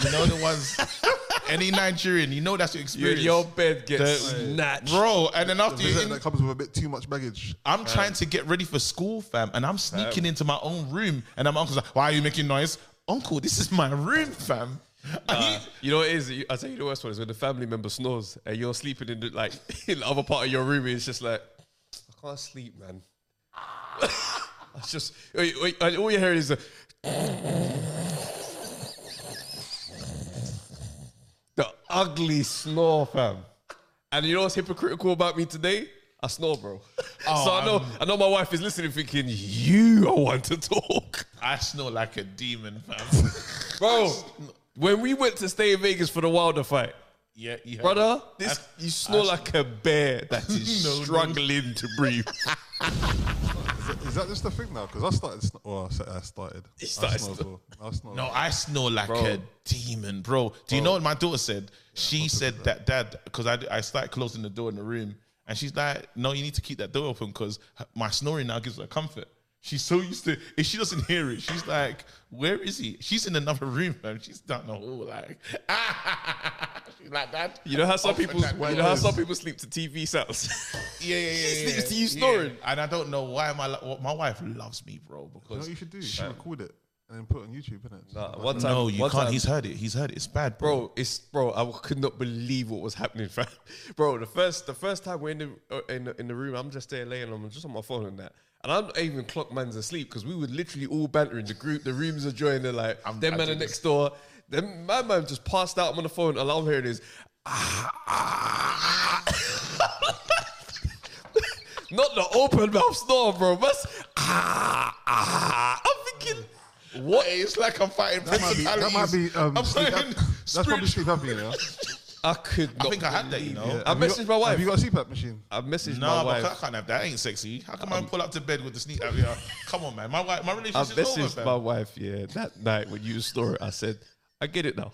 S2: You know the ones. Any Nigerian, you know that's your
S1: Your,
S2: experience,
S1: your bed gets
S2: The-
S1: snatched.
S2: bro. And then after
S3: Is
S2: you,
S3: that, that comes with a bit too much baggage.
S2: I'm trying to get ready for school, fam, and I'm sneaking into my own room, and I'm uncle's like, "Why are you making noise, uncle? This is my room, fam."
S1: Uh, you know what it is? You- I tell you the worst one is when the family member snores and you're sleeping in the, like in the other part of your room. And it's just like I can't sleep, man. it's just wait, wait, and all you hear is a the ugly snore, fam. And you know what's hypocritical about me today? I snore, bro. so I know
S2: um,
S1: I know my wife is listening, thinking you are one to talk,
S2: I snore like a demon, fam.
S1: bro. When we went to stay in Vegas for the Wilder fight,
S2: yeah, you heard it.
S1: brother, this you snore like a bear that is
S2: No, no.
S1: struggling to breathe.
S3: Is that just the thing now? Because I started. Sn- well, I said I started. I
S1: started
S3: snore as well. I snore.
S2: No, I snore like
S1: Bro.
S2: a demon, bro. Do you know what my daughter said? she said that, Dad, because I, I started closing the door in the room, and she's like, No, you need to keep that door open because my snoring now gives her comfort. She's so used to if she doesn't hear it, she's like, Where is he? She's in another room, fam. She's down the hall, like, she's like that.
S1: You know how some
S2: Off with
S1: people,
S2: that
S1: you know how
S2: noise.
S1: some people sleep to TV sounds.
S2: Yeah, yeah, yeah.
S1: She
S2: yeah,
S1: sleeps to
S2: yeah.
S1: you snoring.
S2: Yeah. And I don't know why my li- my wife loves me, bro,
S3: You know
S2: because
S3: what you should do? You should record it and then put it on YouTube, innit?
S2: Uh,
S1: Nah, one time,
S2: no, you
S1: one
S2: can't.
S1: time-
S2: He's heard it. He's heard it. It's bad, bro.
S1: bro. It's bro. I could not believe what was happening, fam. Bro, the first the first time we're in the uh, in the, in the room, I'm just there laying on, I'm just on my phone and that. And I'm not even clock man's asleep because we were literally all bantering. The group, the rooms are joined. They're like,
S2: I'm-
S1: them
S2: I
S1: man
S2: do
S1: are
S2: this.
S1: next door. Then my man just passed out. I'm on the phone. All I'm hearing is, not the open mouth snore, bro. That's ah ah. I'm thinking,
S2: What? It's like I'm fighting that
S3: might be- that might be. Um,
S2: I'm
S3: sleep
S2: fighting
S3: ap- that's probably
S2: spiritual-
S3: sleep apney, yeah.
S1: I could. Not
S2: I think I had that, you know.
S3: yeah.
S1: I
S3: Have you
S1: messaged
S3: got-
S1: my wife.
S3: Have you got a CPAP machine?
S1: I messaged my
S2: No,
S1: wife. Um,
S2: but I can't have that. That ain't sexy. How come I pull up to bed with the sneak? out here? Come on, man. My wife, my
S1: I
S2: relationship's over,
S1: messaged
S2: fam.
S1: my wife, yeah, that night when you store it. I said, I get it now.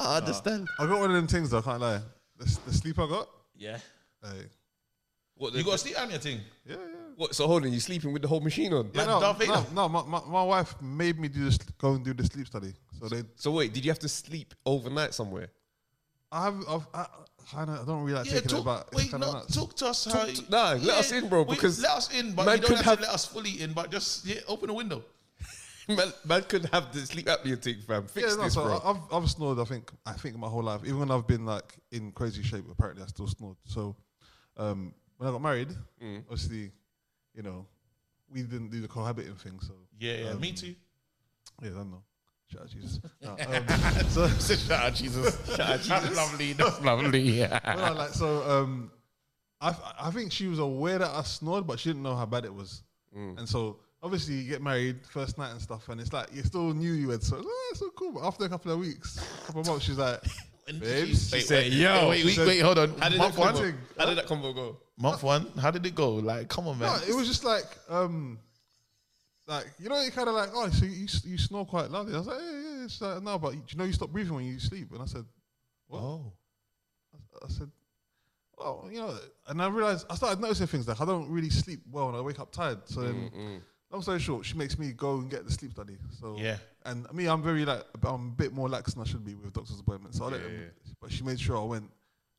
S1: I understand.
S3: I got one of them things. Though, I can't lie. The, s- the sleep I got.
S2: Yeah.
S3: Hey.
S1: What,
S2: You got a sneak on your thing?
S3: Yeah, yeah.
S1: what, so hold on, you sleeping with the whole machine on?
S2: Like
S3: no,
S2: Darth Vader?
S3: no, no, my, my, my wife made me do this, go and do the sleep study. So they,
S1: So wait, did you have to sleep overnight somewhere?
S3: I have, I've, I, I don't, I don't really like
S2: Yeah,
S3: taking it
S2: talk,
S3: about. it's
S2: wait,
S3: kinda
S2: no,
S3: nuts.
S2: talk to us how.
S1: to- nah, let us in, bro,
S2: we-
S1: because
S2: let us in, but
S1: man
S2: you don't
S1: could
S2: have,
S1: have-
S2: to let us fully in. But just yeah, open the window.
S1: Man, man could have the sleep apnea thing, fam. Fix
S3: yeah, no,
S1: this,
S3: so
S1: bro.
S3: I- I've, I've snored. I think, I think my whole life, even when I've been like in crazy shape, apparently I still snored. So, um, when I got married,
S2: Mm.
S3: obviously, you know, we didn't do the cohabiting thing. So
S2: Yeah, yeah,
S3: um,
S2: me too.
S3: Yeah, I don't know. Shout out Jesus. No, um, so,
S2: Shout out Jesus. Shout out Jesus. That's lovely. That's lovely. Yeah.
S3: No, like so. Um, I I think she was aware that I snored, but she didn't know how bad it was. And so obviously you get married first night and stuff, and it's like you're still newlywed, so oh, it's so cool. But after a couple of weeks, couple of months, she's like, babes.
S2: Wait,
S1: said,
S2: wait,
S1: "Yo."
S2: Wait,
S1: She
S2: wait,
S1: said-
S2: wait, hold on.
S1: How did, that
S2: Month one,
S1: combo,
S3: thing.
S1: how did that combo go?
S2: month one. How did it go? Like, come on, man.
S3: No, it was just like um, like you know, you kind of like oh, so you you snore quite loudly. I was like, yeah, yeah. yeah." She's like, no, but do you know you stop breathing when you sleep? And I said,
S2: oh.
S3: I said, well, you know, and I realized I started noticing things like I don't really sleep well and I wake up tired. So
S2: Mm.
S3: then,
S1: Mm,
S3: long story short, she makes me go and get the sleep study. So
S2: Yeah.
S3: and me, I'm very like I'm a bit more lax than I should be with doctor's appointments. So I let
S1: Yeah,
S3: them, but she made sure I went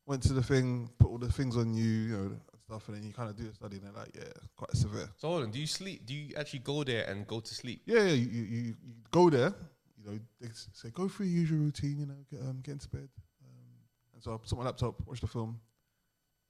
S3: went to the thing, put all the things on you, you know, and stuff, and then you kind of do the study, and they're like, yeah, quite severe.
S1: So hold on, do you sleep? Do you actually go there and go to sleep?
S3: Yeah, yeah, you, you, you you go there, you know, they s- say go through your usual routine, you know, get, um, get into bed. Um, and so I put my laptop, watched the film,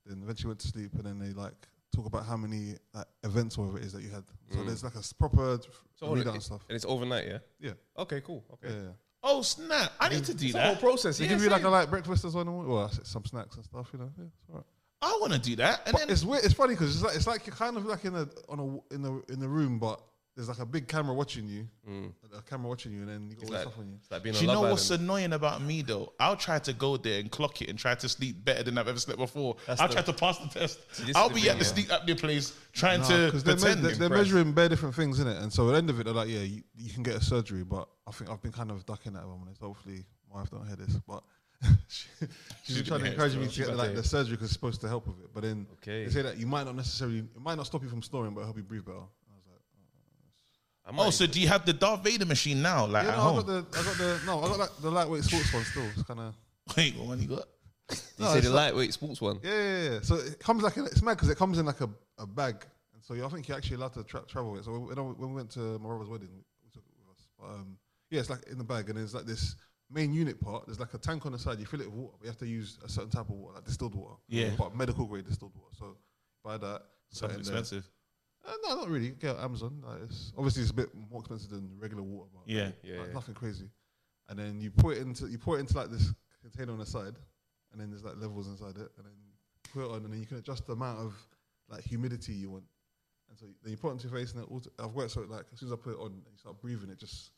S3: then eventually went to sleep, and then they like talk about how many like, events or whatever it is that you had. So there's like a s- proper d-
S1: Mm. So hold on,
S3: readout
S1: it-
S3: and stuff.
S1: And it's overnight, yeah?
S3: Yeah,
S1: Okay, cool. Okay.
S3: yeah. yeah.
S2: Oh snap! I need to do
S1: It's a whole
S2: that.
S1: process.
S3: They
S1: yeah,
S3: give you like
S1: same.
S3: a like breakfast as well, in the morning. well I said some snacks and stuff, you know. Yeah, it's all right.
S2: I want to do that, and
S3: But
S2: then
S3: it's weird. It's funny because it's like it's like you're kind of like in a on a w- in the in the room, but there's like a big camera watching you, a camera watching you, and then you got all this
S1: like-
S3: stuff on you.
S1: It's like being
S2: do
S1: on
S2: you know
S1: Love
S2: what's
S1: Island.
S2: annoying about me though? I'll try to go there and clock it and try to sleep better than I've ever slept before. I'll
S1: the-
S2: try to pass the test.
S1: this
S2: I'll
S1: is the
S2: be
S1: thing,
S2: at the
S1: yeah.
S2: sneak up their place trying to
S3: because they're, me-
S2: pretend.
S3: they're, they're measuring bare different things in it, and so at the end of it, they're like, "Yeah, you, you can get a surgery," but I think I've been kind of ducking that one. So hopefully, my wife don't hear this, but she, she's been trying to
S2: yeah,
S3: encourage
S2: it's
S3: me
S2: true.
S3: to get like the surgery because it's supposed to help with it. But then
S1: Okay.
S3: they say that you might not necessarily, it might not stop you from snoring, but it'll help you breathe better. I was like,
S1: I might
S2: oh, so do you have the Darth Vader machine now? Like
S3: yeah,
S2: at
S3: no, I
S2: home?
S3: got the, I got the, no, I got like the lightweight sports one still. It's kind of.
S2: Wait, what one you got?
S1: you say the lightweight sports one.
S3: Yeah, yeah, yeah. So it comes like in, it's mad because it comes in like a, a bag, and so you- I think you're actually allowed to tra- travel with it. So when, when we went to my brother's wedding, we took it with us. But um, yeah, it's like in the bag, and there's like this main unit part. There's like a tank on the side. You fill it with water. But you have to use a certain type of water, like distilled water.
S2: Yeah.
S3: but medical grade distilled water. So buy that. put it
S2: Something
S3: in there.
S2: expensive.
S3: Uh, no, not really. Get it on Amazon. Like it's, obviously, it's a bit more expensive than regular water, but
S2: Yeah.
S1: Yeah,
S3: like
S1: yeah.
S3: nothing crazy. And then you put it into you pour it into like this container on the side, and and then there's like levels inside it, and then put it on, and then you can adjust the amount of like humidity you want. And so then you put it onto your face, and it auto- I've worked so it, like as soon as I put it on, and you start breathing, it just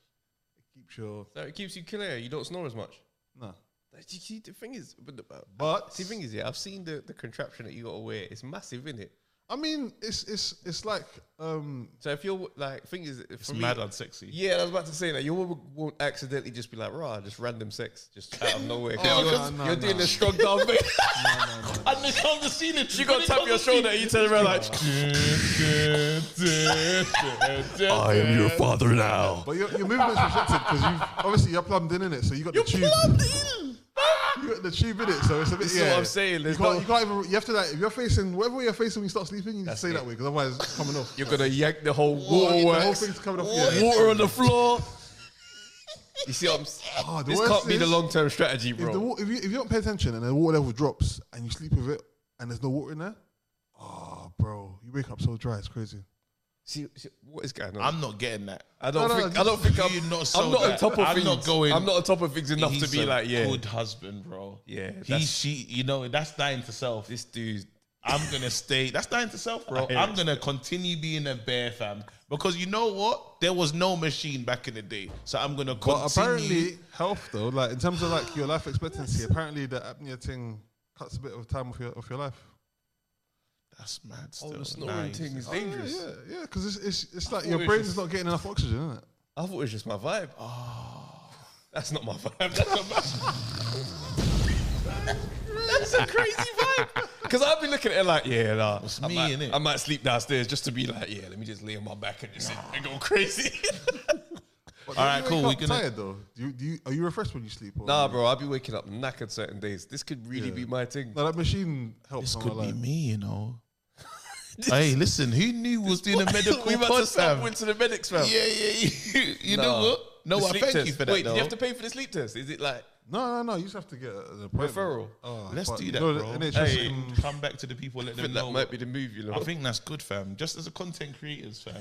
S3: it keeps your
S1: So it keeps you clear. You don't snore as much.
S3: nah.
S1: Like, you see, the thing is, but the,
S3: But
S1: see, the thing is, yeah, I've seen the, the contraption that you got to wear. It's massive, isn't it?
S3: I mean, it's it's it's like um
S1: So if you're like, thing is,
S2: It's
S1: for me,
S2: mad unsexy.
S1: Yeah, I was about to say that your woman won't accidentally just be like, "Raw, just random sex, just out of nowhere."
S3: Oh,
S1: you're
S3: no, no,
S1: you're doing
S3: no.
S1: the strong down thing.
S3: no, no, no,
S2: And they come to see it.
S1: You got to tap your shoulder and you turn around like,
S2: I
S1: father now."
S3: But your, your movement's restricted because you've obviously you're plumbed in in it, so you got the tube. You got the tube in it, so it's a bit.
S1: This is
S3: yeah,
S1: what I'm saying,
S3: You
S1: there's
S3: can't,
S1: no-
S3: you can't even. You have to like if you're facing whatever way you're facing when you start sleeping, you need to stay
S1: it.
S3: that way because otherwise it's coming off.
S1: You're gonna yank the whole
S3: Water-
S1: water.
S3: the whole
S1: works.
S3: thing's coming off.
S1: Water,
S3: Yeah.
S1: on the floor. You see, what I'm. s-
S3: Oh, the
S1: this
S3: worst
S1: can't be the
S3: is-
S1: long term strategy,
S3: If, the,
S1: bro.
S3: wa- if, you, if you don't pay attention and the water level drops and you sleep with it and there's no water in there, oh, bro, you wake up so dry, it's crazy.
S1: See, see, what is going on?
S2: I'm not getting that.
S1: I don't
S3: No, no,
S1: think. I don't think I'm.
S2: you're not
S1: I'm
S2: sold
S1: not on
S2: that.
S1: top of
S2: I'm
S1: things.
S2: not going-
S1: I'm not on top of things enough to
S2: He's
S1: be
S2: a
S1: like, yeah,
S2: good husband, bro.
S1: Yeah,
S2: he,
S1: that's-
S2: she, you know, that's dying to self.
S1: this dude.
S2: I'm gonna stay. That's dying to self, bro.
S1: I hear
S2: I'm
S1: it.
S2: gonna continue being a bear fam because you know what? There was no machine back in the day, so I'm gonna continue.
S3: But apparently, health though, like in terms of like your life expectancy, apparently the apnea thing cuts a bit of time off your off your life.
S2: that's mad. Still.
S1: Oh, the snoring
S2: Nice.
S1: thing is
S3: Oh, yeah,
S1: dangerous.
S3: Yeah, yeah, because it's, it's, it's like
S1: thought
S3: your
S1: it
S3: brain's
S1: was just-
S3: not getting enough oxygen, isn't it?
S1: I thought it was just my vibe. Oh.
S2: Ah.
S1: That's not my vibe. That's a, that's a crazy vibe. Because I'd be looking at it like, yeah, nah. It's
S2: me,
S1: I might,
S2: innit?
S1: I might sleep downstairs just to be like, yeah, let me just lay on my back and just and go crazy.
S3: But
S2: All
S3: don't
S2: right,
S3: you wake
S2: cool, we
S3: up
S2: can-
S3: tired though. Do you, do you are you refreshed when you sleep? Or
S1: nah, bro, I'd be waking up knackered certain days. This could really
S3: Yeah.
S1: be my thing.
S3: No, that machine helps.
S2: This
S3: on
S2: could
S3: my
S2: be
S3: life.
S2: me, you know. Oh, hey, listen, who knew was doing a medical
S1: we about to
S2: pod,
S1: stop
S2: fam?
S1: into the medics, fam.
S2: Yeah, yeah, yeah. You
S1: Nah.
S2: know what? No,
S1: The
S2: I
S1: sleep
S2: thank
S1: test.
S2: you for that.
S1: Wait,
S2: though.
S1: did you have to pay for the sleep test? Is it like,
S3: No, no, no. You just have to get an appointment.
S1: Referral.
S3: Oh,
S2: Let's
S3: but
S2: do
S3: you
S2: that,
S3: know,
S2: bro.
S3: the NHS
S2: Hey,
S3: can-
S2: come back to the people,
S1: I
S2: let them
S1: think that
S2: know.
S1: might be the move, you know?
S2: I think that's good, fam. Just as a content creators, fam.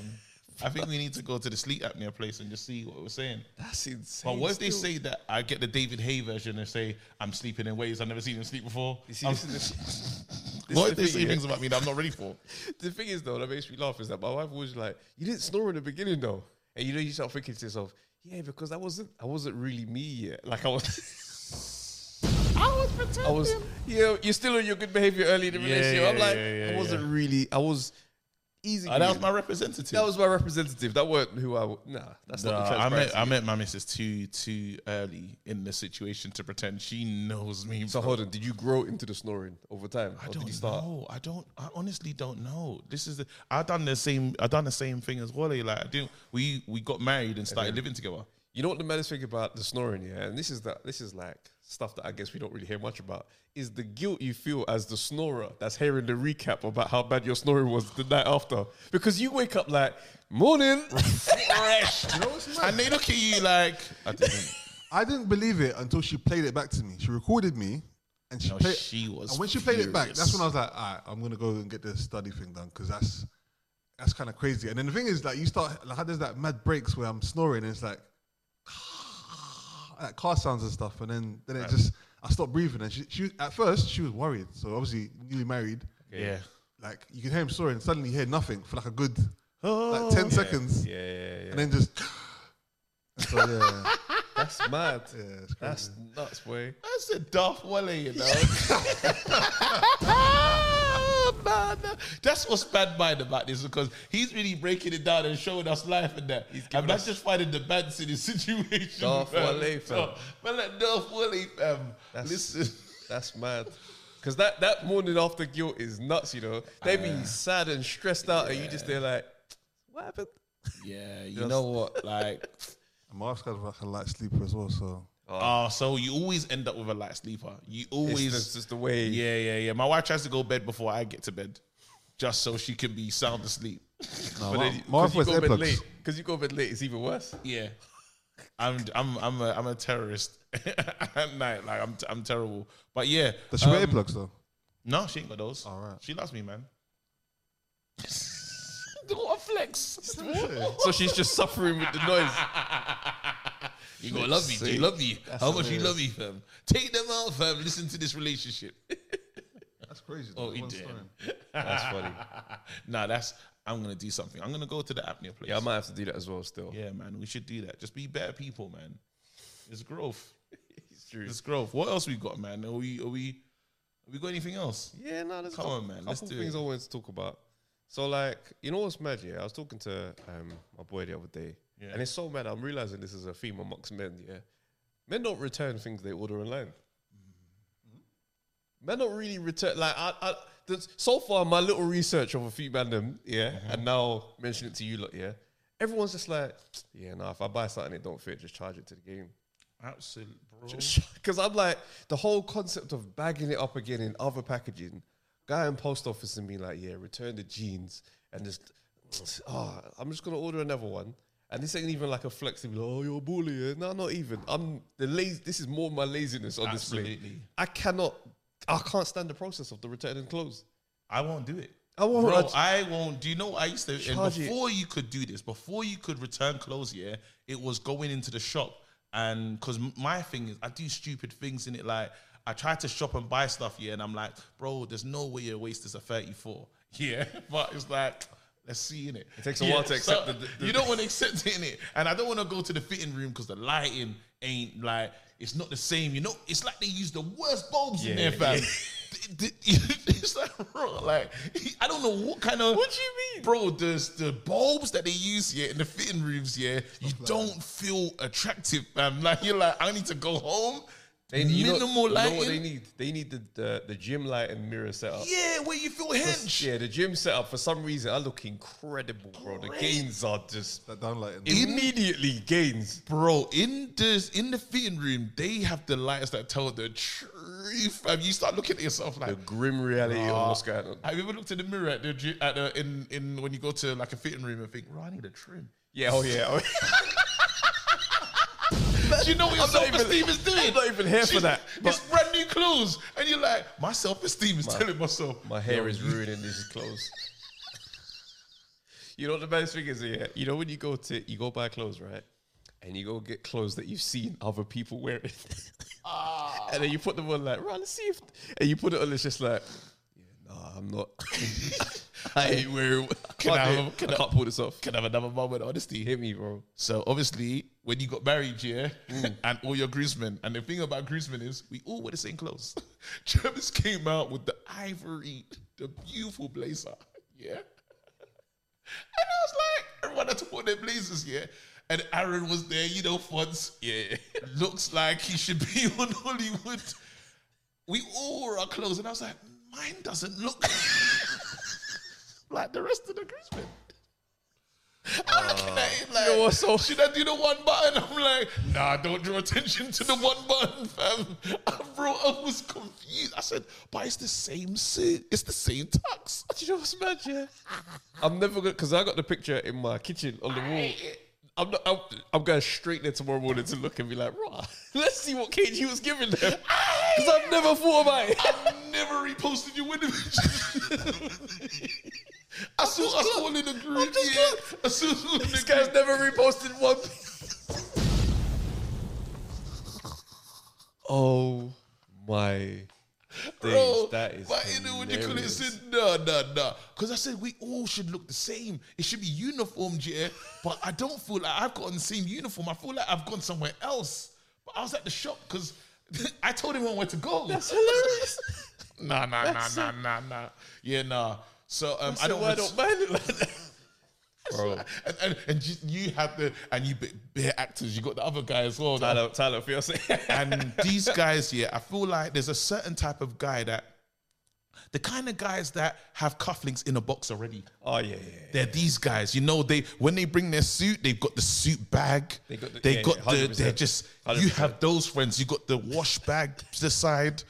S2: I think we need to go to the sleep apnea place and just see what we're saying.
S1: that's insane.
S2: But what if they
S1: still.
S2: say that I get the David Hay version and say I'm sleeping in ways I've never seen him sleep before?
S1: You see,
S2: I'm-
S1: this is the- this
S2: what
S1: is
S2: if
S1: the
S2: they say
S1: thing, yeah.
S2: things about me that I'm not ready for?
S1: the thing is though that makes me laugh is that my wife was like, "You didn't snore in the beginning though," and you know you start thinking to yourself, "Yeah, because I wasn't, I wasn't really me yet. Like I was,
S2: I was pretending.
S1: I was, you know, you're still on your good behavior early in the
S2: Yeah,
S1: relationship. I'm
S2: yeah,
S1: like,
S2: yeah, yeah,
S1: I wasn't really, I was easy.
S2: that was my representative.
S1: that was my representative. That weren't who I. wa- Nah, that's
S2: Nah,
S1: not the
S2: I
S1: transparency.
S2: met I met my missus too too early in the situation to pretend she knows me.
S1: so hold on, did you grow into the snoring over time?
S2: I
S1: or
S2: don't
S1: did you start?
S2: know. I don't. I honestly don't know. This is. The, I done the same. I done the same thing as Wally. Like I didn't. We we got married and started living together.
S1: You know what the maddest thing about the snoring, yeah, and this is that this is like stuff that I guess we don't really hear much about is the guilt you feel as the snorer that's hearing the recap about how bad your snoring was the night after because you wake up like morning.
S2: Fresh.
S3: You know what's mad?
S2: and they look at you like I didn't.
S3: I didn't believe it until she played it back to me. She recorded me, and she
S2: No,
S3: played.
S2: she was
S3: And when she played it back, that's
S2: furious.
S3: when I was like, "All right, I'm gonna go and get this study thing done because that's that's kind of crazy." And then the thing is, like, you start like there's that mad breaks where I'm snoring, and it's like, like car sounds and stuff, and then then it just I stopped breathing. And she, she at first she was worried, so obviously newly married,
S2: Yeah.
S3: like you can hear him snoring, suddenly you hear nothing for like a good like ten seconds,
S1: Oh. yeah, yeah, yeah.
S3: and then just. and so yeah,
S1: That's mad.
S3: yeah, it's crazy.
S1: That's nuts, boy.
S2: That's a Duff Wally, you know. Man, that's what's bad mind about this because he's really breaking it down and showing us life and that.
S1: giving
S2: And that's
S1: us-
S2: just finding the bad in his situation.
S1: Darth
S2: fam.
S1: Wally, fam.
S2: Man, like Darth Wally, fam.
S1: That's,
S2: Listen.
S1: that's mad. Cause that that morning after guilt is nuts. You know, they be sad and stressed out, and you just they're like, what happened?
S2: Yeah, you know what? Like,
S3: And my wife's kind of like a light sleeper as well, so
S2: oh, so you always end up with a light sleeper. You
S1: It's
S2: always.
S1: just, just the way.
S2: Yeah, yeah, yeah. My wife tries to go to bed before I get to bed, just so she can be sound asleep.
S3: no,
S1: But
S3: my,
S1: then,
S3: my wife wears earplugs.
S1: late. Because you go to bed late, it's even worse.
S2: Yeah, I'm, I'm, I'm a, I'm a terrorist at night. Like I'm, I'm terrible. But yeah,
S3: Does she wear
S2: um,
S3: earplugs though?
S2: No, she ain't got those.
S3: All right.
S2: she loves me, man. what a flex!
S1: So she's just suffering with the noise.
S2: You gotta love me, Jay.
S1: sake.
S2: Love you.
S1: That's
S2: How much you
S1: hilarious.
S2: love me, fam? Take them out, fam. Listen to this relationship.
S3: That's crazy.
S2: Oh,
S3: though.
S2: he
S3: One
S2: did.
S3: stone.
S1: That's funny.
S2: nah, that's. I'm gonna do something. I'm gonna go to the apnea place.
S1: Yeah, I might have to do that as well. Still,
S2: Yeah, man, we should do that. Just be better people, man. It's growth.
S1: it's true.
S2: It's growth. What else we got, man? Are we are we have we got anything else?
S1: Yeah, no, there's
S2: Come
S1: a couple,
S2: on, man, let's
S1: couple
S2: do
S1: things
S2: it.
S1: I wanted to talk about. So, like, you know what's mad? Yeah, I was talking to um, my boy the other day,
S2: Yeah.
S1: and it's so mad. I'm realizing this is a theme amongst men. Yeah, men don't return things they order online.
S2: Mm-hmm.
S1: Men don't really return. Like, I, I, there's- so far, my little research of a few random, yeah,
S2: Mm-hmm.
S1: and now mention it to you lot, yeah. Everyone's just like, yeah, nah, if I buy something it don't fit, just charge it to the game.
S2: Absolutely, bro.
S1: Because I'm like, the whole concept of bagging it up again in other packaging, guy in post office and being like, yeah, return the jeans and just, oh, I'm just going to order another one. And this ain't even like a flexible, oh, you're a bully. yeah?" No, not even. I'm the lazy, this is more my laziness on this plate.
S2: Absolutely.
S1: I cannot, I can't stand the process of the returning clothes.
S2: I won't do it.
S1: I won't-
S2: Bro,
S1: I just-
S2: I won't. Do you know what I used to? And
S1: Charge it.
S2: before you could do this, before you could return clothes, yeah, it was going into the shop and because my thing is, I do stupid things in it. Like I try to shop and buy stuff, yeah, and I'm like, bro, there's no way your waist is a 34, yeah. But it's like. Let's see in it. It
S1: takes a while to accept the- the-
S2: you don't want to accept it in it, and I don't want to go to the fitting room because the lighting ain't like it's not the same. You know, it's like they use the worst bulbs in
S1: Yeah,
S2: there, fam. D- d- it's like bro, like I don't know what kind of what do you mean, bro? The the bulbs that they use here in the fitting rooms, yeah, you don't feel attractive, fam. Like you're like, I need to go home.
S1: They, you know-
S2: minimal
S1: you know
S2: lighting.
S1: what they need? They need the, the, the gym light and mirror setup.
S2: Yeah, where you feel hench.
S1: Yeah, the gym setup for some reason I look incredible, bro. The
S2: Great.
S1: gains are just
S3: That downlight.
S1: immediately gains.
S2: Bro, in this in the fitting room, they have the lights that tell the truth. And you start looking at yourself
S1: The
S2: like,
S1: grim reality of
S2: "Ah."
S1: what's going on.
S2: Have you ever looked in the mirror at the gy- at the, in in when you go to like a fitting room and think, bro, I need a trim.
S1: Yeah, oh yeah. Oh,
S2: Do you know what your
S1: not
S2: self
S1: even-
S2: esteem is doing?
S1: I'm not even here for that,
S2: It's brand new clothes, and you're like, my self esteem is telling myself
S1: my hair is ruining these clothes. you know what the best thing is? Yeah, you know when you go to you go buy clothes, right? And you go get clothes that you've seen other people wearing,
S2: Ah,
S1: and then you put them on like, right, let's see if, and you put it on. It's just like, yeah, nah, I'm not. I ain't wearing.
S2: Can
S1: I,
S2: I
S1: can't do
S2: have-
S1: it.
S2: can
S1: I
S2: I-
S1: can't pull this off.
S2: can I have another moment, honesty.
S1: Hit me, bro.
S2: So obviously, when you got married, yeah,
S1: Mm.
S2: and all your groomsmen, and the thing about groomsmen is we all wear the same clothes. Travis came out with the ivory, the beautiful blazer, yeah. And I was like, everyone had to put their blazers, yeah. And Aaron was there, you know, Fonz. Yeah. Looks like he should be on Hollywood. We all wore our clothes. And I was like, mine doesn't look like the rest of the groomsmen. I'm looking at it like,
S1: know what's so-
S2: should I do the one button? I'm like, nah, don't draw attention to the one button, fam. I, bro, I was confused. I said, but it's the same suit. It's the same tux.
S1: Do you know what's mad, yeah? I'm never gonna because I got the picture in my kitchen on the wall. I'm not. I'm, I'm going straight there tomorrow morning to look and be like, "Raw, let's see what KG was giving them." Because I've never thought about it.
S2: I've never reposted your window pictures. I saw us all in the group.
S1: just
S2: Yeah. I saw us all in
S1: This
S2: the
S1: guy's
S2: group.
S1: never reposted one. oh my days,
S2: Bro,
S1: that is
S2: my inner what you call it
S1: hilarious.
S2: said no, no, no. Because I said we all should look the same. It should be uniformed, yeah. But I don't feel like I've gotten the same uniform. I feel like I've gone somewhere else. But I was at the shop because I told everyone where to go.
S1: That's hilarious.
S2: nah, nah, nah, nah, nah, nah. Yeah, nah. So um, I don't
S1: Why
S2: want to.
S1: don't mine look like that? Bro,
S2: and, and, and you, you had the and you bit bare actors. You got the other guy as well.
S1: Tyler, Tyler, fiance.
S2: and these guys, yeah, I feel like there's a certain type of guy that the kind of guys that have cufflinks in a box already.
S1: oh yeah, yeah. yeah.
S2: They're these guys, you know. They when they bring their suit, they've got the suit bag. They
S1: got the-
S2: they
S1: yeah,
S2: got
S1: yeah,
S2: the.
S1: 100%.
S2: They're just. You
S1: 100%.
S2: have those friends. You got the wash bag to the side,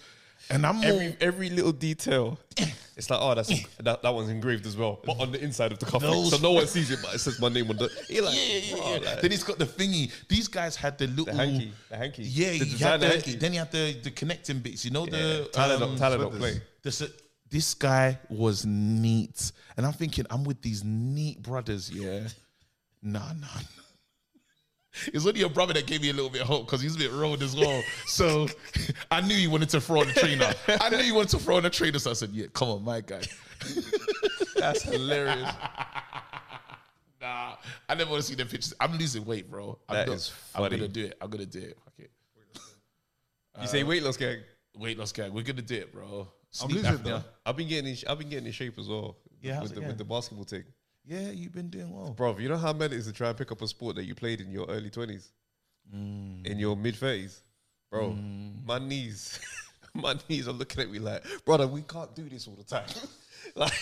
S2: and I'm more-
S1: every every little detail. It's like, oh, that's that, that one's engraved as well, but on the inside of the cuff,
S2: Those-
S1: so no one sees it, but it says my name on the. You're like,
S2: yeah, yeah,
S1: bro,
S2: yeah. yeah.
S1: like,
S2: then he's got the thingy. These guys had the little
S1: hanky, the hanky.
S2: Yeah,
S1: The
S2: he had
S1: designer
S2: the-
S1: hanky.
S2: Then he had the the connecting bits. You know
S1: yeah.
S2: the
S1: Tyler,
S2: um,
S1: don't, Tyler don't
S3: sweaters.
S1: play.
S2: This, this guy was neat. And I'm thinking, I'm with these neat brothers, yeah. Nah, nah, nah. It's only your brother that gave me a little bit of hope because he's a bit rolled as well. so I knew he wanted to throw on the trainer. I knew he wanted to throw on the trainer. So I said, "Yeah, come on, my guy."
S1: That's hilarious.
S2: Nah, I never want to see them pictures. I'm losing weight, bro. I'm
S1: That
S2: not-
S1: is
S2: I'm
S1: funny.
S2: gonna do it. I'm gonna do it. Fuck it.
S1: You say weight loss gang.
S2: Weight loss gang. We're gonna do it, bro.
S3: I'm
S2: Sleep
S3: losing
S2: apnea.
S3: though.
S1: I've been getting in, sh- I've been getting in shape as well.
S2: Yeah, how's
S1: with
S2: it
S1: the, with
S2: going?
S1: the basketball thing,
S2: Yeah, you've been doing well.
S1: bro. You know how mad it is to try and pick up a sport that you played in your early twenties,
S2: Mm.
S1: in your mid thirties, bro. My knees, my knees are looking at me like, brother, we can't do this all the time. like,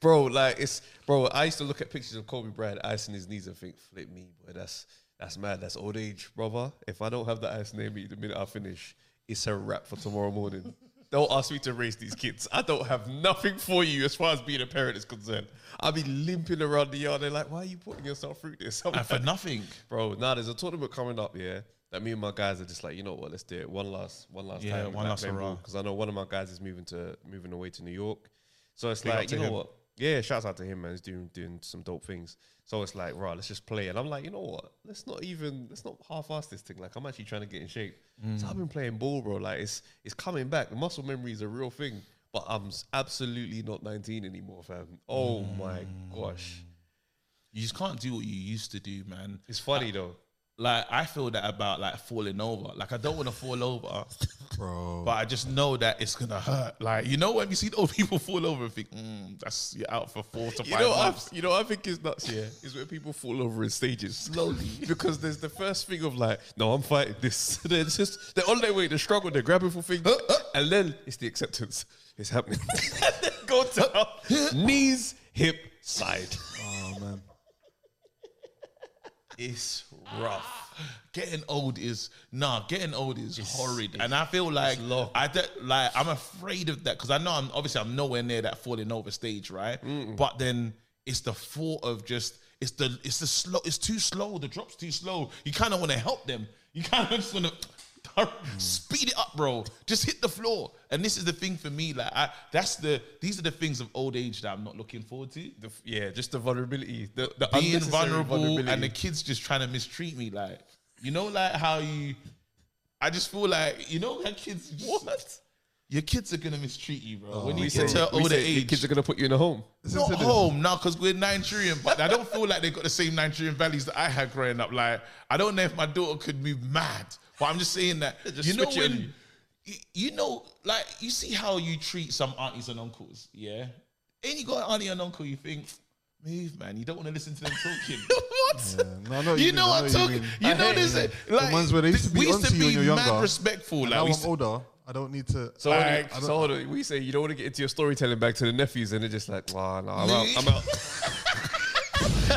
S1: bro, like it's bro. I used to look at pictures of Kobe Bryant icing his knees and think, flip me, boy. That's that's mad. That's old age, brother. If I don't have that ice near me the minute I finish, it's a wrap for tomorrow morning. Don't ask me to raise these kids. I don't have nothing for you as far as being a parent is concerned. I'll be limping around the yard. They're like, why are you putting yourself through this? I'm
S2: And for
S1: like,
S2: nothing.
S1: Bro, now there's a tournament coming up, yeah. That me and my guys are just like, you know what? Let's do it one last, one last
S2: Yeah,
S1: time.
S2: one last hurrah.
S1: Because I know one of my guys is moving to moving away to New York, so it's
S2: Big up
S1: like,
S2: to
S1: you know
S2: him.
S1: what? Yeah, shouts out to him, man. He's doing doing some dope things. So it's like, right, let's just play. And I'm like, you know what? Let's not even let's not half-ass this thing. Like, I'm actually trying to get in shape. So
S2: Mm.
S1: I've been playing ball, bro. Like, it's it's coming back. The muscle memory is a real thing. But I'm s- absolutely not 19 anymore, fam. Oh
S2: Mm.
S1: my gosh,
S2: You just can't do what you used to do, man.
S1: it's funny though.
S2: Like I feel that about like falling over. Like I don't want to fall over,
S3: bro.
S2: but I just know that it's gonna hurt. Like you know when you see old people fall over and think, mm, "That's you're out for four to
S1: You
S2: five
S1: know, I,
S2: months."
S1: you know, I think it's nuts. Yeah, is when people fall over in stages slowly because there's the first thing of like, no, I'm fighting this. they're just they're on their way. They struggle. They're grabbing for things, and then it's the acceptance. It's happening. And then Go to knees, hip, side.
S3: oh man.
S1: It's rough.
S2: Getting old is nah. Getting old is horrid, and I feel like
S1: long.
S2: I don't- like I'm afraid of that because I know I'm obviously I'm nowhere near that falling over stage, right? But then it's the thought of just it's the it's the slow it's too slow. The drop's too slow. You kind of want to help them. You kind of just want to speed it up, bro. Just hit the floor. And this is the thing for me. Like I that's the these are the things of old age that I'm not looking forward to.
S1: The, f- yeah, just the vulnerability, the, the
S2: being
S1: unnecessary
S2: vulnerable
S1: vulnerability.
S2: and the kids just trying to mistreat me. Like, you know, like how you, I just feel like, you know, like kids, what? Your kids are going to mistreat you, bro. when
S3: Oh,
S2: you get
S3: we
S1: say-
S2: to
S1: we
S2: older
S1: say the
S2: age,
S1: kids are gonna put you in a home.
S2: not
S3: Listen to this.
S2: home now because we're Nigerian, but I don't feel like they got the same Nigerian values that I had growing up. Like, I don't know if my daughter could be mad, but I'm just saying that,
S1: Just
S2: you know,
S1: switch it on
S2: when,
S1: you.
S2: you, you know, like, you see how you treat some aunties and uncles, yeah? And you got an auntie and uncle, you think, move, man, you don't want to listen to them talking. what?
S3: Yeah, no, I know what
S2: You
S3: you
S2: know
S3: mean, I
S2: what I'm
S3: know what
S2: talking.
S3: you
S2: You,
S3: mean.
S2: know
S1: hate
S2: this.
S1: it.
S3: The
S2: Like,
S3: ones where they used to
S2: we
S3: be
S2: used to
S3: onto you when
S2: be
S3: you're
S2: mad
S3: younger.
S2: respectful. Like,
S3: now
S2: we
S3: I'm
S2: used to-
S3: older. I don't need to.
S1: So, hold on,
S2: Like-
S1: so hold on, we say you don't want to get into your storytelling back to the nephews, and they're just like, "Wow, no, I'm out,
S2: Me?
S1: I'm out."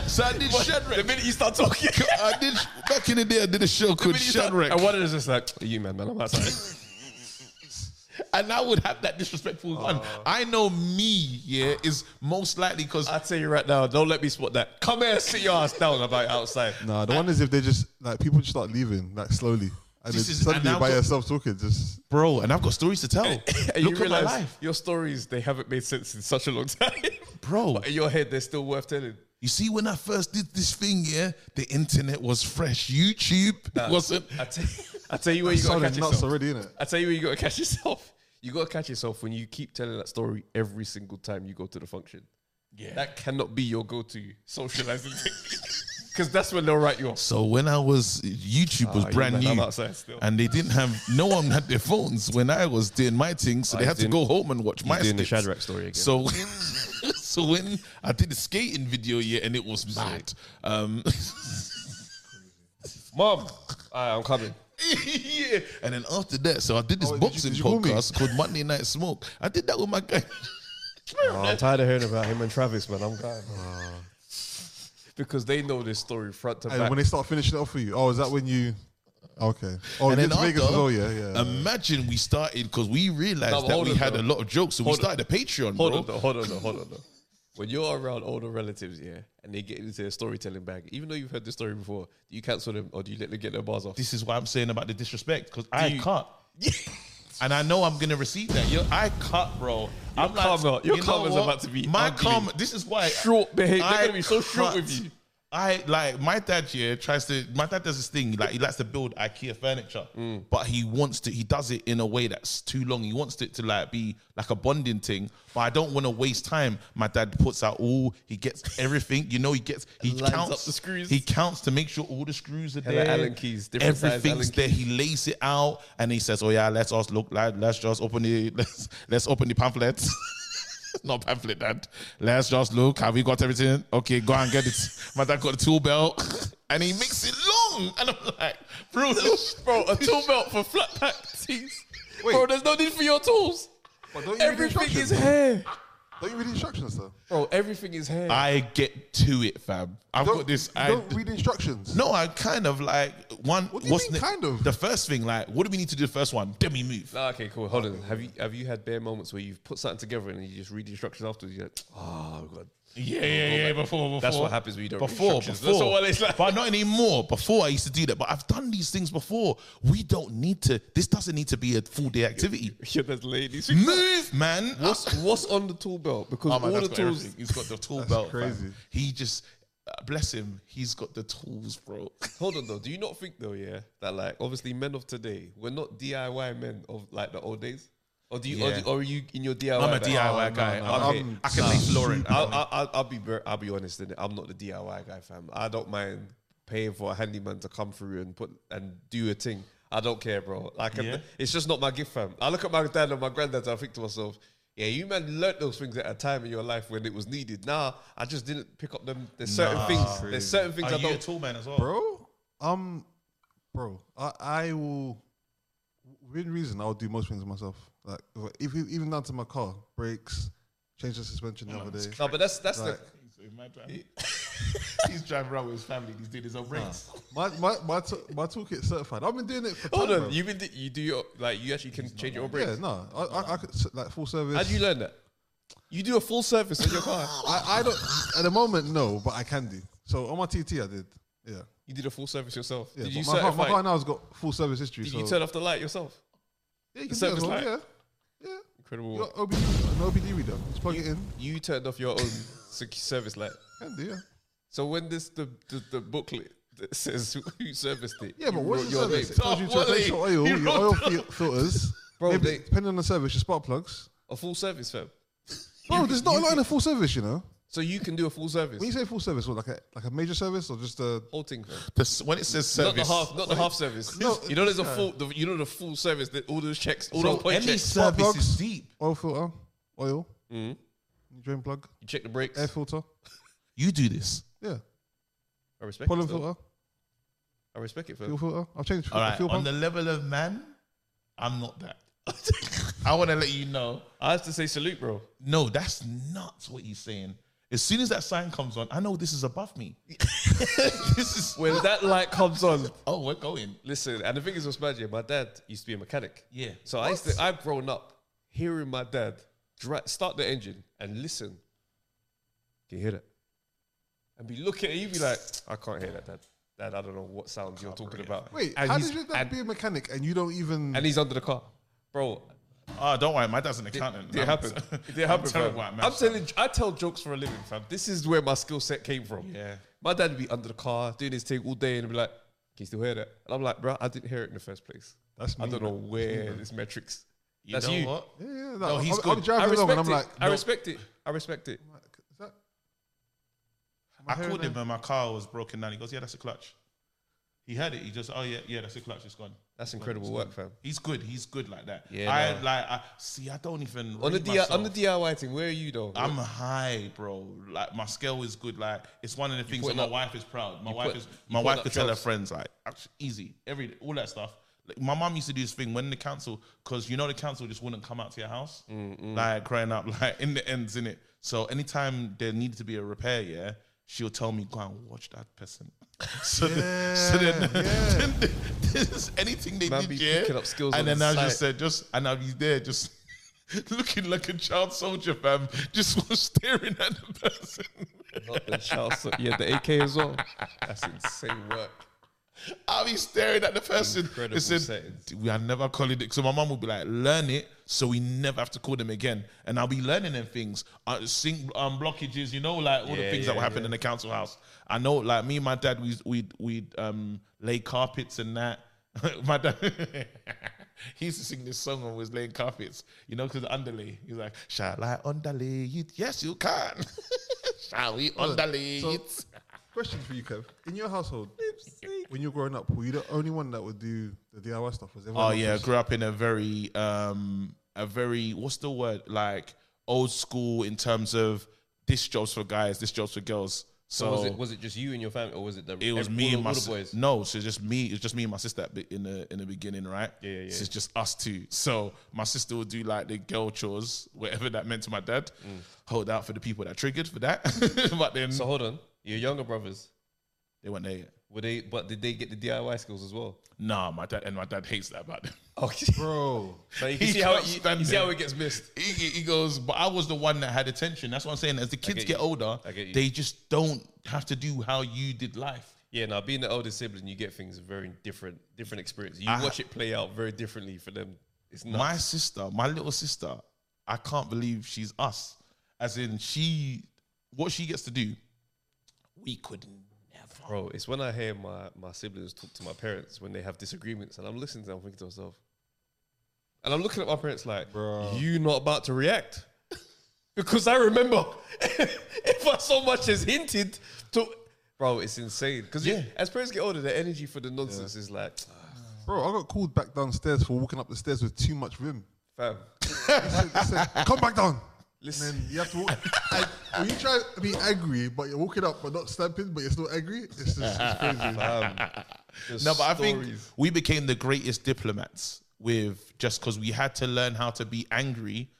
S2: so I did
S1: The
S2: Shadrach.
S1: minute you start talking,
S2: I did back in the day. I did a show called
S1: minute you start-
S2: Shadrach.
S1: And one of them is just like, "You man, man, I'm outside."
S2: and I would have that disrespectful one. I know me, yeah, is most likely because
S1: I tell you right now, don't let me spot that. Come here, sit your ass down about outside.
S3: Nah, the one is if they just like people just start leaving like slowly,
S2: This
S3: and then
S2: is- and
S3: suddenly
S2: now
S3: by
S2: go-
S3: yourself talking, just
S2: bro, and I've got stories to tell.
S1: And
S2: Look
S1: you
S2: at my
S1: realize
S2: life,
S1: your stories they haven't made sense in such a long time,
S2: bro.
S1: In your head, they're still worth telling.
S2: You see, when I first did this thing, yeah, the internet was fresh. YouTube wasn't.
S1: I tell, I tell you where you
S3: it's
S1: got to
S3: sounding
S1: catch
S3: nuts
S1: yourself.
S3: already, innit?
S1: I tell you where you got to catch yourself. You got to catch yourself when you keep telling that story every single time you go to the function.
S2: Yeah.
S1: That cannot be your go-to socializing thing, because that's when they'll write you off.
S2: So when I was YouTube was
S1: Ah, you
S2: brand
S1: man, I'm
S2: new,
S1: outside still.
S2: and they didn't have no one had their phones when I was doing my thing, so they
S1: he's
S2: had to
S1: doing-
S2: go home and watch my
S1: doing the
S2: skits.
S1: Shadrach story again.
S2: So so when I did the skating video, yeah, and it was mad. Um,
S1: Mom, Alright, I'm coming.
S2: yeah, and then after that, so I did this
S3: Oh, did you-
S2: boxing
S3: did you call me?
S2: podcast called Monday Night Smoke. I did that with my guy.
S1: I'm tired of hearing about him and Travis, man. I'm going. Because they know this story front to
S3: And
S1: back.
S3: when they start finishing it off for you, oh, is that when you? Okay. Oh,
S2: And
S3: and
S2: then
S3: then Vegas as
S2: after- Um,
S3: well, yeah, yeah.
S2: Imagine we started because we realized
S1: No, but
S2: that
S1: hold
S2: we
S1: on,
S2: had
S1: though.
S2: a lot of jokes, so we
S1: Hold on.
S2: started a Patreon,
S1: hold
S2: bro.
S1: on, though, hold on, though, hold on. Though. When you're around older relatives, yeah, and they get into their storytelling bag, even though you've heard this story before, do you cancel them or do you let them get their bars off?
S2: This is what I'm saying about the disrespect because I
S1: you-
S2: can't. And I know I'm gonna receive that. Yo, I cut, bro. I'm
S1: karma- your
S2: you know
S1: karma's
S2: what?
S1: about to be
S2: my
S1: ugly.
S2: karma. This is why
S1: Short behavior. They're
S2: I
S1: gonna be so short
S2: cut.
S1: with you.
S2: I like my dad here tries to my dad does this thing like he likes to build IKEA furniture,
S1: Mm.
S2: but he wants to he does it in a way that's too long. He wants it to like be like a bonding thing, but I don't want to waste time. My dad puts out all he gets everything. You know he gets he
S1: Lines up
S2: counts
S1: the screws.
S2: He counts to make sure all the screws are
S1: Hella
S2: there.
S1: Allen keys, different size
S2: everything's
S1: Allen
S2: there. He lays it out and he says, "Oh yeah, let's us look like let's just open the let's let's open the pamphlets." not pamphlet, dad. Let's just look. Have we got everything? Okay, go and get it. My dad got a tool belt and he makes it long. And I'm like, bro, this-
S4: Bro, a tool belt for flat pack tees. Bro, there's no need for your tools.
S3: But don't you read the
S4: Everything is
S3: instructions?
S4: hair.
S3: Don't you read the instructions though?
S4: Bro, everything is hair.
S2: I get to it, fam. I've
S3: Don't,
S2: got this.
S3: you
S2: I,
S3: don't read the instructions.
S2: no, I kind of like one.
S3: What do you mean,
S2: the,
S3: kind of?
S2: The first thing, like, what do we need to do? The first one, demi move.
S1: Nah, okay, cool. Hold on. Have you have you had bare moments where you've put something together and you just read the instructions afterwards? You're like, oh god.
S2: Yeah, yeah, yeah. Before, before.
S1: That's what happens when you don't read
S2: before,
S1: instructions. That's
S2: before.
S1: what it's like.
S2: But not anymore. Before I used to do that, but I've done these things before. We don't need to. This doesn't need to be a full day activity.
S1: Yeah, there's ladies.
S2: Move, man.
S1: What's what's on the tool belt? Because
S2: Oh my,
S1: all the
S2: dad's got
S1: tools.
S2: everything. He's got the tool belt. fam.
S3: crazy.
S2: He just uh, bless him. He's got the tools, bro.
S1: Hold on though. Do you not think though, yeah, that like obviously men of today, we're not DIY men of like the old days? Or do you, or,
S2: Yeah.
S1: do- or are you in your DIY?
S2: I'm a
S1: bag?
S2: DIY guy.
S3: no,
S2: I'm-
S1: Oh, no.
S2: I can make Lauren.
S1: I'll, I'll, I'll, I'll be ver- I'll be honest. innit? I'm not the DIY guy, fam. I don't mind paying for a handyman to come through and put and do a thing. I don't care, bro. Like I'm-
S2: Yeah.
S1: it's just not my gift, fam. I look at my dad and my granddad. and I think to myself, yeah, you man learnt those things at a time in your life when it was needed. Nah, I just didn't pick up them. There's certain
S2: Nah.
S1: things. There's certain things
S2: Are
S1: I
S2: you a
S1: don't.
S2: tool man as well?
S3: bro. Um, bro, I, I will. Within reason, I'll do most things myself. Like if, if- even down to my car brakes, change the suspension the other day.
S1: no, but that's that's
S3: Like,
S1: the
S2: He's driving around with his family. He's doing his own race.
S3: My my my, to- my toolkit certified. I've been doing it for time.
S1: Hold
S3: bro.
S1: on, you been you do your like you actually can change your brakes.
S3: yeah, no, I, I, I could s- like full service.
S1: How do you learn that? You do a full service on your car.
S3: I, I don't at the moment no, but I can do. So on my TT, I did. Yeah,
S1: You did a full service yourself.
S3: yeah.
S1: did
S3: but
S1: you
S3: my, car,
S1: certify?
S3: my car now has got full service history.
S1: did
S3: so
S1: you turn off the light yourself?
S3: yeah, you can do
S1: service
S3: that as well,
S1: light?
S3: yeah, yeah.
S1: Incredible.
S3: You got OBD, an OBD reader. Just plug it in.
S1: you turned off your own sec- service light.
S3: Can do. Yeah,
S1: So when this the the, the booklet that says who serviced it,
S3: yeah. But
S1: you
S3: what's
S1: wrote
S3: the service? It
S1: name.
S3: tells you to
S2: Oh,
S3: replace your
S2: Wally,
S3: oil,
S2: he
S3: your
S2: wrote
S3: oil fil- filters.
S1: Bro,
S3: maybe
S1: they-
S3: depending on the service, your spark plugs.
S1: A full service, fam.
S3: Bro, there's not a lot in a full service, you know.
S1: So you can do a full service.
S3: When you say full service, what like a like a major service or just a
S1: Whole thing, fam.
S2: The s- when it says
S1: Not the
S2: service,
S1: half, not the half service.
S3: No,
S1: you know, there's a
S3: yeah.
S1: full. The, you know, the full service that all those checks, all
S2: bro,
S1: those point
S2: any
S1: checks.
S2: service
S3: Plugs.
S2: is deep.
S3: oil filter, oil,
S1: Mhm.
S3: drain plug,
S1: You check the brakes.
S3: air filter?
S2: You do this.
S3: Yeah,
S1: I respect
S3: pollen
S1: it. though.
S3: filter,
S1: I respect it, fam.
S3: fuel filter. I've changed
S2: All right.
S3: fuel
S2: On
S3: pump.
S2: the level of man, I'm not that. I want to let you know.
S1: I have to say salute, bro.
S2: No, that's nuts. What he's saying. As soon as that sign comes on, I know this is above me. this is
S1: When that light comes on,
S2: oh, we're going.
S1: listen. And the thing is, what's mad, yeah, my dad used to be a mechanic.
S2: Yeah.
S1: So I used to, I've grown up hearing my dad dra- start the engine and listen. Can you hear that? And be looking at you, be like, I can't hear that, dad. Dad, I don't know what sounds you're talking about.
S3: Wait,
S1: and
S3: how
S1: he's-
S3: did your dad
S1: and,
S3: be a mechanic and you don't even?
S1: and he's under the car, bro.
S2: Oh, don't worry, my dad's an accountant.
S1: Did it
S2: I'm-
S1: happen? Did it happen? I'm,
S2: I'm terrible at maths.
S1: I'm telling. I tell jokes for a living, fam. This is where my skill set came from.
S2: Yeah.
S1: My dad would be under the car doing his thing all day and be like, "Can you still hear that?" And I'm like, "Bro, I didn't hear it in the first place.
S3: That's
S1: I
S3: me,
S1: don't know where this metrics.
S2: You
S1: That's
S2: know
S1: you.
S2: what?
S3: yeah, yeah. Like,
S2: No, he's
S3: I'm,
S2: good.
S3: I'm
S1: I
S3: driving
S1: respect
S3: along and I'm
S1: it.
S3: like,
S1: I
S3: no,
S1: respect it. I respect it.
S3: I'm like, is that? am
S2: I
S3: hearing
S2: called him
S3: that?
S2: and my car was broken down. He goes, "Yeah, that's a clutch." He had it. He just, "Oh yeah, yeah, that's a clutch. It's gone."
S1: That's incredible work, fam.
S2: He's good. He's good like that.
S1: Yeah,
S2: I
S1: no.
S2: like. I see. I don't even
S1: On the
S2: rate
S1: D- on the
S2: myself.
S1: DIY thing, where are you though?
S2: I'm high, bro. Like my scale is good. Like it's one of the things that
S1: putting
S2: my
S1: up-
S2: wife is proud. My
S1: you
S2: wife
S1: put-
S2: is
S1: you
S2: my
S1: putting
S2: wife
S1: up
S2: could tell her
S1: jobs.
S2: friends like actu- easy every all that stuff. Like, my mom used to do this thing when the council, because you know the council just wouldn't come out to your house, like crying up, like in the ends in it. So anytime there needed to be a repair, yeah, she'll tell me go and watch that person. So then, so then, then this is anything they
S1: Man
S2: did,
S1: be
S2: yeah,
S1: picking up skills
S2: and
S1: on
S2: then
S1: the
S2: I just
S1: side.
S2: said just and I'll be there just looking like a child soldier, fam. Just was staring at the person.
S1: Not the child, so- yeah, the AK as well. That's insane work.
S2: I'll be be staring at the person.
S1: Incredible
S2: Listen,
S1: settings.
S2: we are never calling it. So my mum would be like, learn it so we never have to call them again. And I'll be learning them things, uh, sink um, blockages, you know, like all the
S1: Yeah,
S2: things
S1: yeah,
S2: that will happen
S1: yeah.
S2: in the council house. I know, like me and my dad, we we we um lay carpets and that. my dad. He used to sing this song when we was laying carpets, you know, because underlay. He's like, "Shall I underlay it? Yes, you can. Shall we underlay
S3: So,
S2: it?"
S3: question for you, Kev. In your household, when you were growing up, were you the only one that would do the DIY stuff? Was everyone
S2: Oh
S3: else
S2: yeah, I
S3: just-
S2: grew up in a very um a very what's the word like old school in terms of this jobs for guys, this jobs for girls. So,
S1: So was it was it just you and your family, or was it the
S2: it was
S1: ev-
S2: me
S1: all
S2: and
S1: the-
S2: my
S1: all the
S2: sis-
S1: boys?
S2: no. So it's just me. It's just me and my sister at be- in the in the beginning, right?
S1: Yeah, yeah, yeah.
S2: So it's just us two. So my sister would do like the girl chores, whatever that meant to my dad. Hold out for the people that triggered for that, but then
S1: Mm. So hold on, your younger brothers
S2: they weren't there yet.
S1: were they? But did they get the DIY skills as well?
S2: Nah, my dad and my dad hates that about them.
S1: Okay,
S3: Bro,
S1: so you can
S2: He
S1: see how
S2: can't
S1: it, you,
S2: stand
S1: you see
S2: it.
S1: how it gets missed.
S2: he, he- he goes, but I was the one that had attention. That's what I'm saying. As the kids
S1: get
S2: get,
S1: you.
S2: older,
S1: I get you.
S2: they just don't have to do how you did life.
S1: Yeah, now being the older sibling, you get things very different, different experience. You
S2: I-
S1: watch it play out very differently for them. It's not
S2: My sister, my little sister, I can't believe she's us. As in, she, what she gets to do, we could never.
S1: Bro, it's when I hear my, my siblings talk to my parents when they have disagreements, and I'm listening to them, I'm thinking to myself, and I'm looking at my parents like,
S3: Bro.
S1: you not about to react? because I remember if I so much as hinted to, bro, it's insane. Because
S2: Yeah.
S1: as parents get older, the energy for the nonsense is like,
S3: bro, I got called back downstairs for walking up the stairs with too much vim.
S1: fam,
S3: They said- they said, Come back down.
S1: Listen.
S3: And then you have to. Walk, I, when you try to be angry, but you're walking up, but not stamping, but you're still angry. It's just it's crazy.
S1: there's
S2: No, but I think
S1: stories.
S2: we became the greatest diplomats with just because we had to learn how to be angry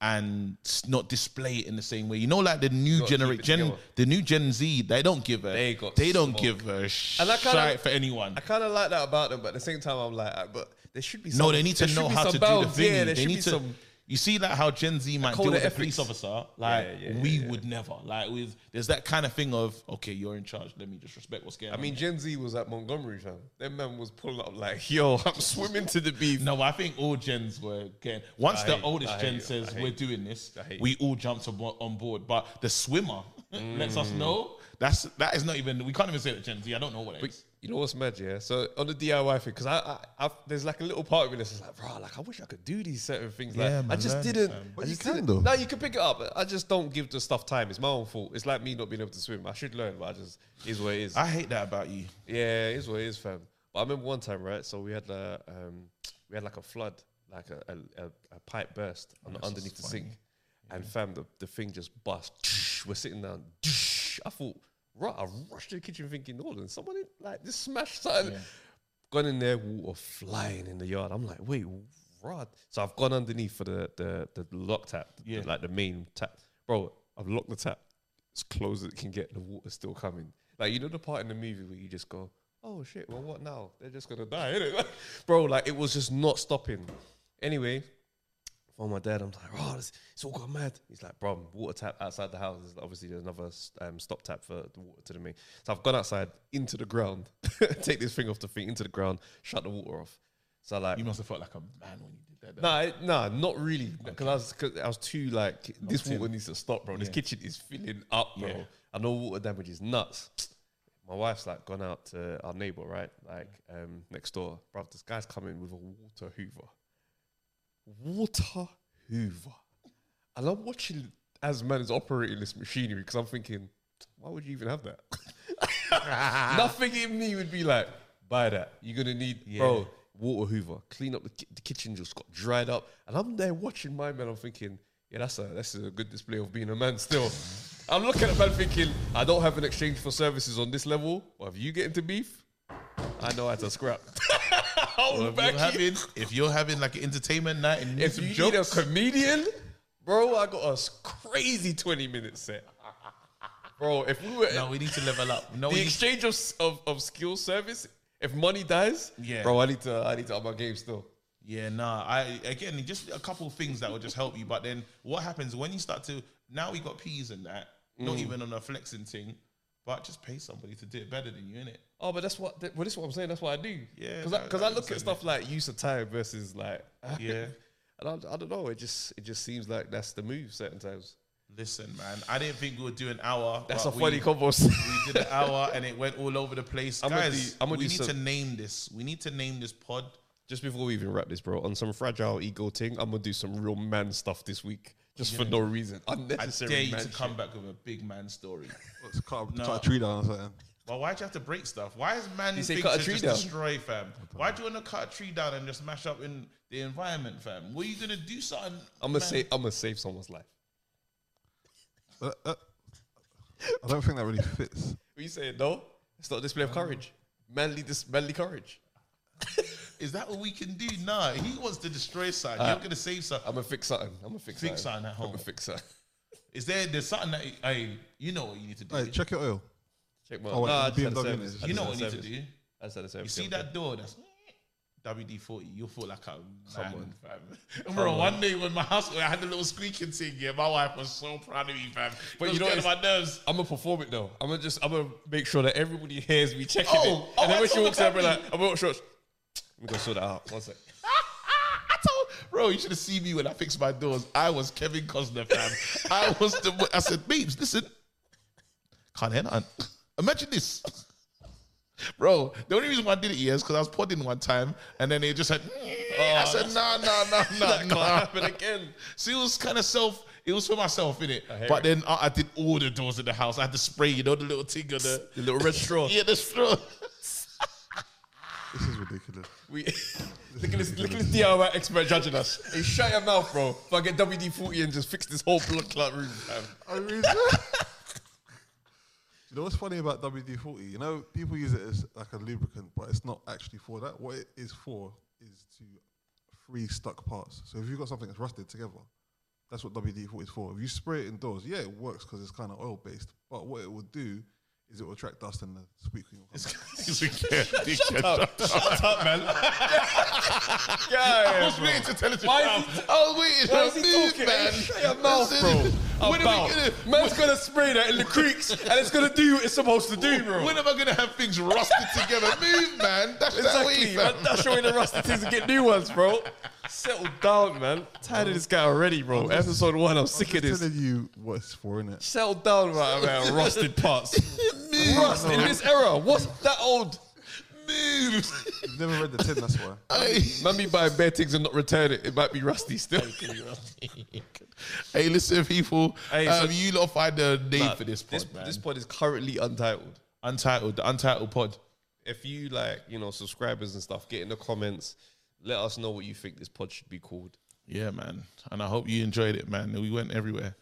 S2: and s- not display it in the same way. You know, like the new
S1: Gotta keep
S2: gener
S1: it
S2: gen,
S1: together.
S2: the new Gen Z, they don't give a,
S1: They got
S2: don't
S1: smoked.
S2: give a
S1: And I
S2: shit
S1: kinda-
S2: for anyone.
S1: I kind of like that about them, but at the same time, I'm like, ah, but there should be
S2: No,
S1: some-
S2: they need
S1: there
S2: to
S1: should
S2: know
S1: be
S2: how
S1: some
S2: to do
S1: bounds.
S2: the thing.
S1: Yeah, there
S2: they
S1: should
S2: need
S1: be
S2: to.
S1: some.
S2: you see, like how Gen Z might
S1: code of
S2: deal with a
S1: ethics.
S2: police officer. Like
S1: yeah, yeah,
S2: we
S1: yeah.
S2: would never. Like with there's that kind of thing of okay, you're in charge. Let me just respect what's going
S1: I
S2: on.
S1: mean, Gen Z was at Montgomery, fam. Them man was pulling up like, yo, I'm swimming to the beach.
S2: No, I think all gens were getting. Once
S1: I
S2: the
S1: hate- I
S2: oldest
S1: hate
S2: gen
S1: you. I
S2: says
S1: hate
S2: we're
S1: you.
S2: doing this,
S1: hate
S2: we all jumped abo- on board. But the swimmer lets us know that's that is not even. We can't even say that Gen Z. I don't know what it is.
S1: You know what's mad, yeah? So on the DIY thing, because I, I, I, there's like a little part of me that's just like, bro, like I wish I could do these certain things. Like
S2: Yeah,
S1: I
S2: man,
S1: just
S2: learn it,
S1: didn't.
S2: fam.
S1: I
S3: you
S1: just
S3: can,
S1: didn't.
S3: though.
S1: No, you can pick it up. I just don't give the stuff time. It's my own fault. It's like me not being able to swim. I should learn, but I just is what it is.
S2: I hate that about you.
S1: Yeah, it is what it is, fam. But I remember one time, right? So we had uh, um, we had like a flood, like a a, a, a pipe burst on, underneath the sink, and fam, the, the thing just bust. We're sitting down. I thought, right, I rushed to the kitchen thinking, hold on, somebody like just smashed something. Gone in there, water flying in the yard. I'm like, wait, rod. So I've gone underneath for the the the lock tap,
S2: Yeah.
S1: like the main tap, bro. I've locked the tap as close as it can get. The water's still coming. Like you know the part in the movie where you just go, "Oh shit! Well, what now? They're just gonna die, innit? bro?" Like it was just not stopping. Anyway, phone my dad. I'm like, "Oh, this, it's all gone mad." He's like, "Bro, water tap outside the house. There's obviously there's another um, stop tap for the water to the main." So I've gone outside into the ground, take this thing off the thing into the ground, shut the water off. So like,
S2: You must have felt like a man when you did that. though.
S1: Nah, it- nah, not really. Because I was, cause I was too like, this water needs to stop, bro. This
S2: Yeah.
S1: kitchen is filling up, bro.
S2: Yeah.
S1: I know water damage is nuts. My wife's like gone out to our neighbor, right? Like um, next door, bro. This guy's coming with a water Hoover, water Hoover, and I'm watching as man is operating this machinery because I'm thinking, why would you even have that? Nothing in me would be like, buy that. You're gonna need, bro. Water Hoover, clean up the, ki- the kitchen. Just got dried up, and I'm there watching my man. I'm thinking, yeah, that's a that's a good display of being a man. Still, I'm looking at man thinking, I don't have an exchange for services on this level. Or if you get into beef, I know how to scrap.
S2: Well,
S1: Hold
S2: if,
S1: back
S2: you're
S1: here.
S2: having, if you're having like an entertainment night and you need
S1: If
S2: some
S1: you need a
S2: jokes,
S1: comedian, bro, I got a s- crazy 20 minute set. Bro, if we were
S2: no, we need to level up. No,
S1: the
S2: we need
S1: exchange of, s- of of skill service, if money dies,
S2: Yeah.
S1: bro, I need to I need to up my game still.
S2: Yeah, nah. I again, just a couple of things that will just help you. But
S1: Mm.
S2: then, what happens when you start to now we got peas and that? Not even on a flexing thing. But just pay somebody to do it better than you, innit?
S1: Oh, but that's what. That, well, that's what I'm saying. That's what I do.
S2: Yeah,
S1: because
S2: that-
S1: because I,
S2: that
S1: look
S2: makes
S1: at stuff like use of time versus like
S2: Yeah.
S1: and I, I don't know. It just it just seems like that's the move certain times.
S2: Listen, man, I didn't think we would do an hour.
S1: That's
S2: but
S1: a funny
S2: we,
S1: conversation.
S2: We did an hour and it went all over the place.
S1: I'ma
S2: Guys,
S1: do- I'ma
S2: we
S1: do
S2: need
S1: some-
S2: to name this. We need to name this pod.
S1: just before we even wrap this, bro, on some fragile ego thing, I'm gonna do some real man stuff this week, just for no reason,
S2: I
S1: unnecessary.
S2: dare you
S1: man
S2: to
S1: shit.
S2: come back with a big man story.
S3: Let's cut, a-
S2: No.
S3: cut a tree down or something.
S2: Well, why do you have to break stuff? Why is man
S1: say
S2: things
S1: cut a
S2: to
S1: tree
S2: just
S1: down.
S2: destroy, fam? Why do you want to cut a tree down and just mash up in the environment, fam? What are you gonna do something?
S1: I'm gonna
S2: man?
S1: say I'm gonna save someone's life.
S3: But that- Uh, I don't think that really fits.
S1: What you saying? No, it's not a display of courage. Manly, this manly courage.
S2: Is that what we can do? Nah, he wants to destroy something.
S1: Uh,
S2: You're gonna save something.
S1: I'm gonna fix something. I'm gonna fix something
S2: Fix something at
S1: I'm
S2: home.
S1: gonna fix something.
S2: Is there there's something that I you know what you need to do?
S3: Hey, check your oil.
S1: Check my.
S3: Oh, wait,
S1: Nah, I
S3: the
S1: just had a
S3: BMW
S1: service.
S3: is-
S1: I
S2: you
S1: just had
S2: know what
S1: a
S2: you need to
S1: service.
S2: do.
S1: I just had a
S2: You
S1: service.
S2: see
S1: the other
S2: that door? That's WD forty. You'll feel like a man,
S1: on.
S2: fam. Bro, one day when my house I had a little squeaking thing here, my wife was so proud of me, fam.
S1: But
S2: It
S1: you
S2: was
S1: know
S2: getting on
S1: it's-
S2: my nerves.
S1: I'm gonna perform it though. I'm gonna just I'm gonna make sure that everybody hears me checking
S2: Oh,
S1: it.
S2: oh,
S1: And then
S2: I
S1: when she
S2: told
S1: walks out,
S2: the
S1: we're like, I'm gonna sure. We gonna sort that out. One sec.
S2: I told, bro, you should have seen me when I fixed my doors. I was Kevin Costner, fam. I was the. I said, babes, listen, can't hear nothing. Imagine this, bro. The only reason why I did it here is because I was podding one time, and then they just said, "Mm." I said, nah, nah, nah, nah,
S1: That can't
S2: nah.
S1: happen again.
S2: So it was kind of self. It was for myself, innit?
S1: hear
S2: But
S1: it.
S2: then I, I did all the doors in the house. I had to spray, you know, the little thing of the
S1: The little red straw.
S2: yeah, the straw.
S3: This is ridiculous.
S1: We Nicholas Nicholas DIY expert judging us. Hey, shut your mouth, bro. If I get WD forty and just fix this whole blood clot room, fam.
S3: I mean, you know what's funny about WD forty? You know, people use it as like a lubricant, but it's not actually for that. What it is for is to free stuck parts. So if you've got something that's rusted together, that's what WD forty is for. If you spray it indoors, yeah, it works because it's kind of oil based. But what it will do is it will attract dust and the squeak will come. out.
S2: It's ridiculous.
S1: Shut up, man. yeah,
S2: I was waiting to tell it to
S1: Why
S2: Why
S1: is he-
S2: I was waiting.
S1: Why
S2: I
S1: is he
S2: knew it,
S1: talking?
S2: man.
S1: Shut your mouth, bro.
S2: When are
S1: About.
S2: we gonna?
S1: Man's gonna spray that in the creeks, and it's gonna do what it's supposed to do, bro.
S2: When am I gonna have things rusted together? Move, man. That's
S1: Exactly,
S2: that
S1: man.
S2: way, fam.
S1: That's showing the rusty tins and get new ones, bro. Settle down, man. Tired of this guy already, bro. Episode one, I'm sick
S3: I'm
S1: of
S3: just
S1: this.
S3: telling you what it's for, innit?
S1: Settle down, right, man. Rusted parts. Rust in this era. What's that old?
S2: Move.
S3: You've never read the tin, that's why.
S2: Hey.
S1: Man be buying bare things and not return it. It might be rusty still.
S2: hey, listen, people.
S1: Hey,
S2: um,
S1: so-
S2: you lot find a name for this pod,
S1: this,
S2: man.
S1: this pod is currently untitled.
S2: untitled, the untitled pod.
S1: If you like, you know, subscribers and stuff, get in the comments. Let us know what you think this pod should be called.
S2: Yeah, man. And I hope you enjoyed it, man. We went everywhere.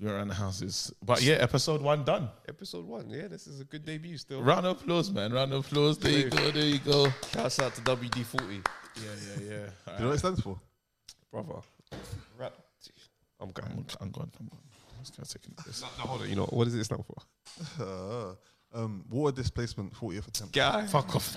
S2: We went around the houses. But yeah, episode one done.
S1: Episode one. Yeah, this is a good debut still.
S2: Round of applause, man. Round of applause. There you go. There you go. Yeah,
S1: Shouts out to WD40.
S2: yeah, yeah. All
S3: Do you know what it stands for?
S1: Brother. Rap. I'm going.
S2: I'm, I'm gone. I'm gone. This guy's taking this.
S1: Hold on, you know what is it stand for?
S3: Uh, um, water displacement 40th attempt.
S1: Guy.
S2: Fuck off.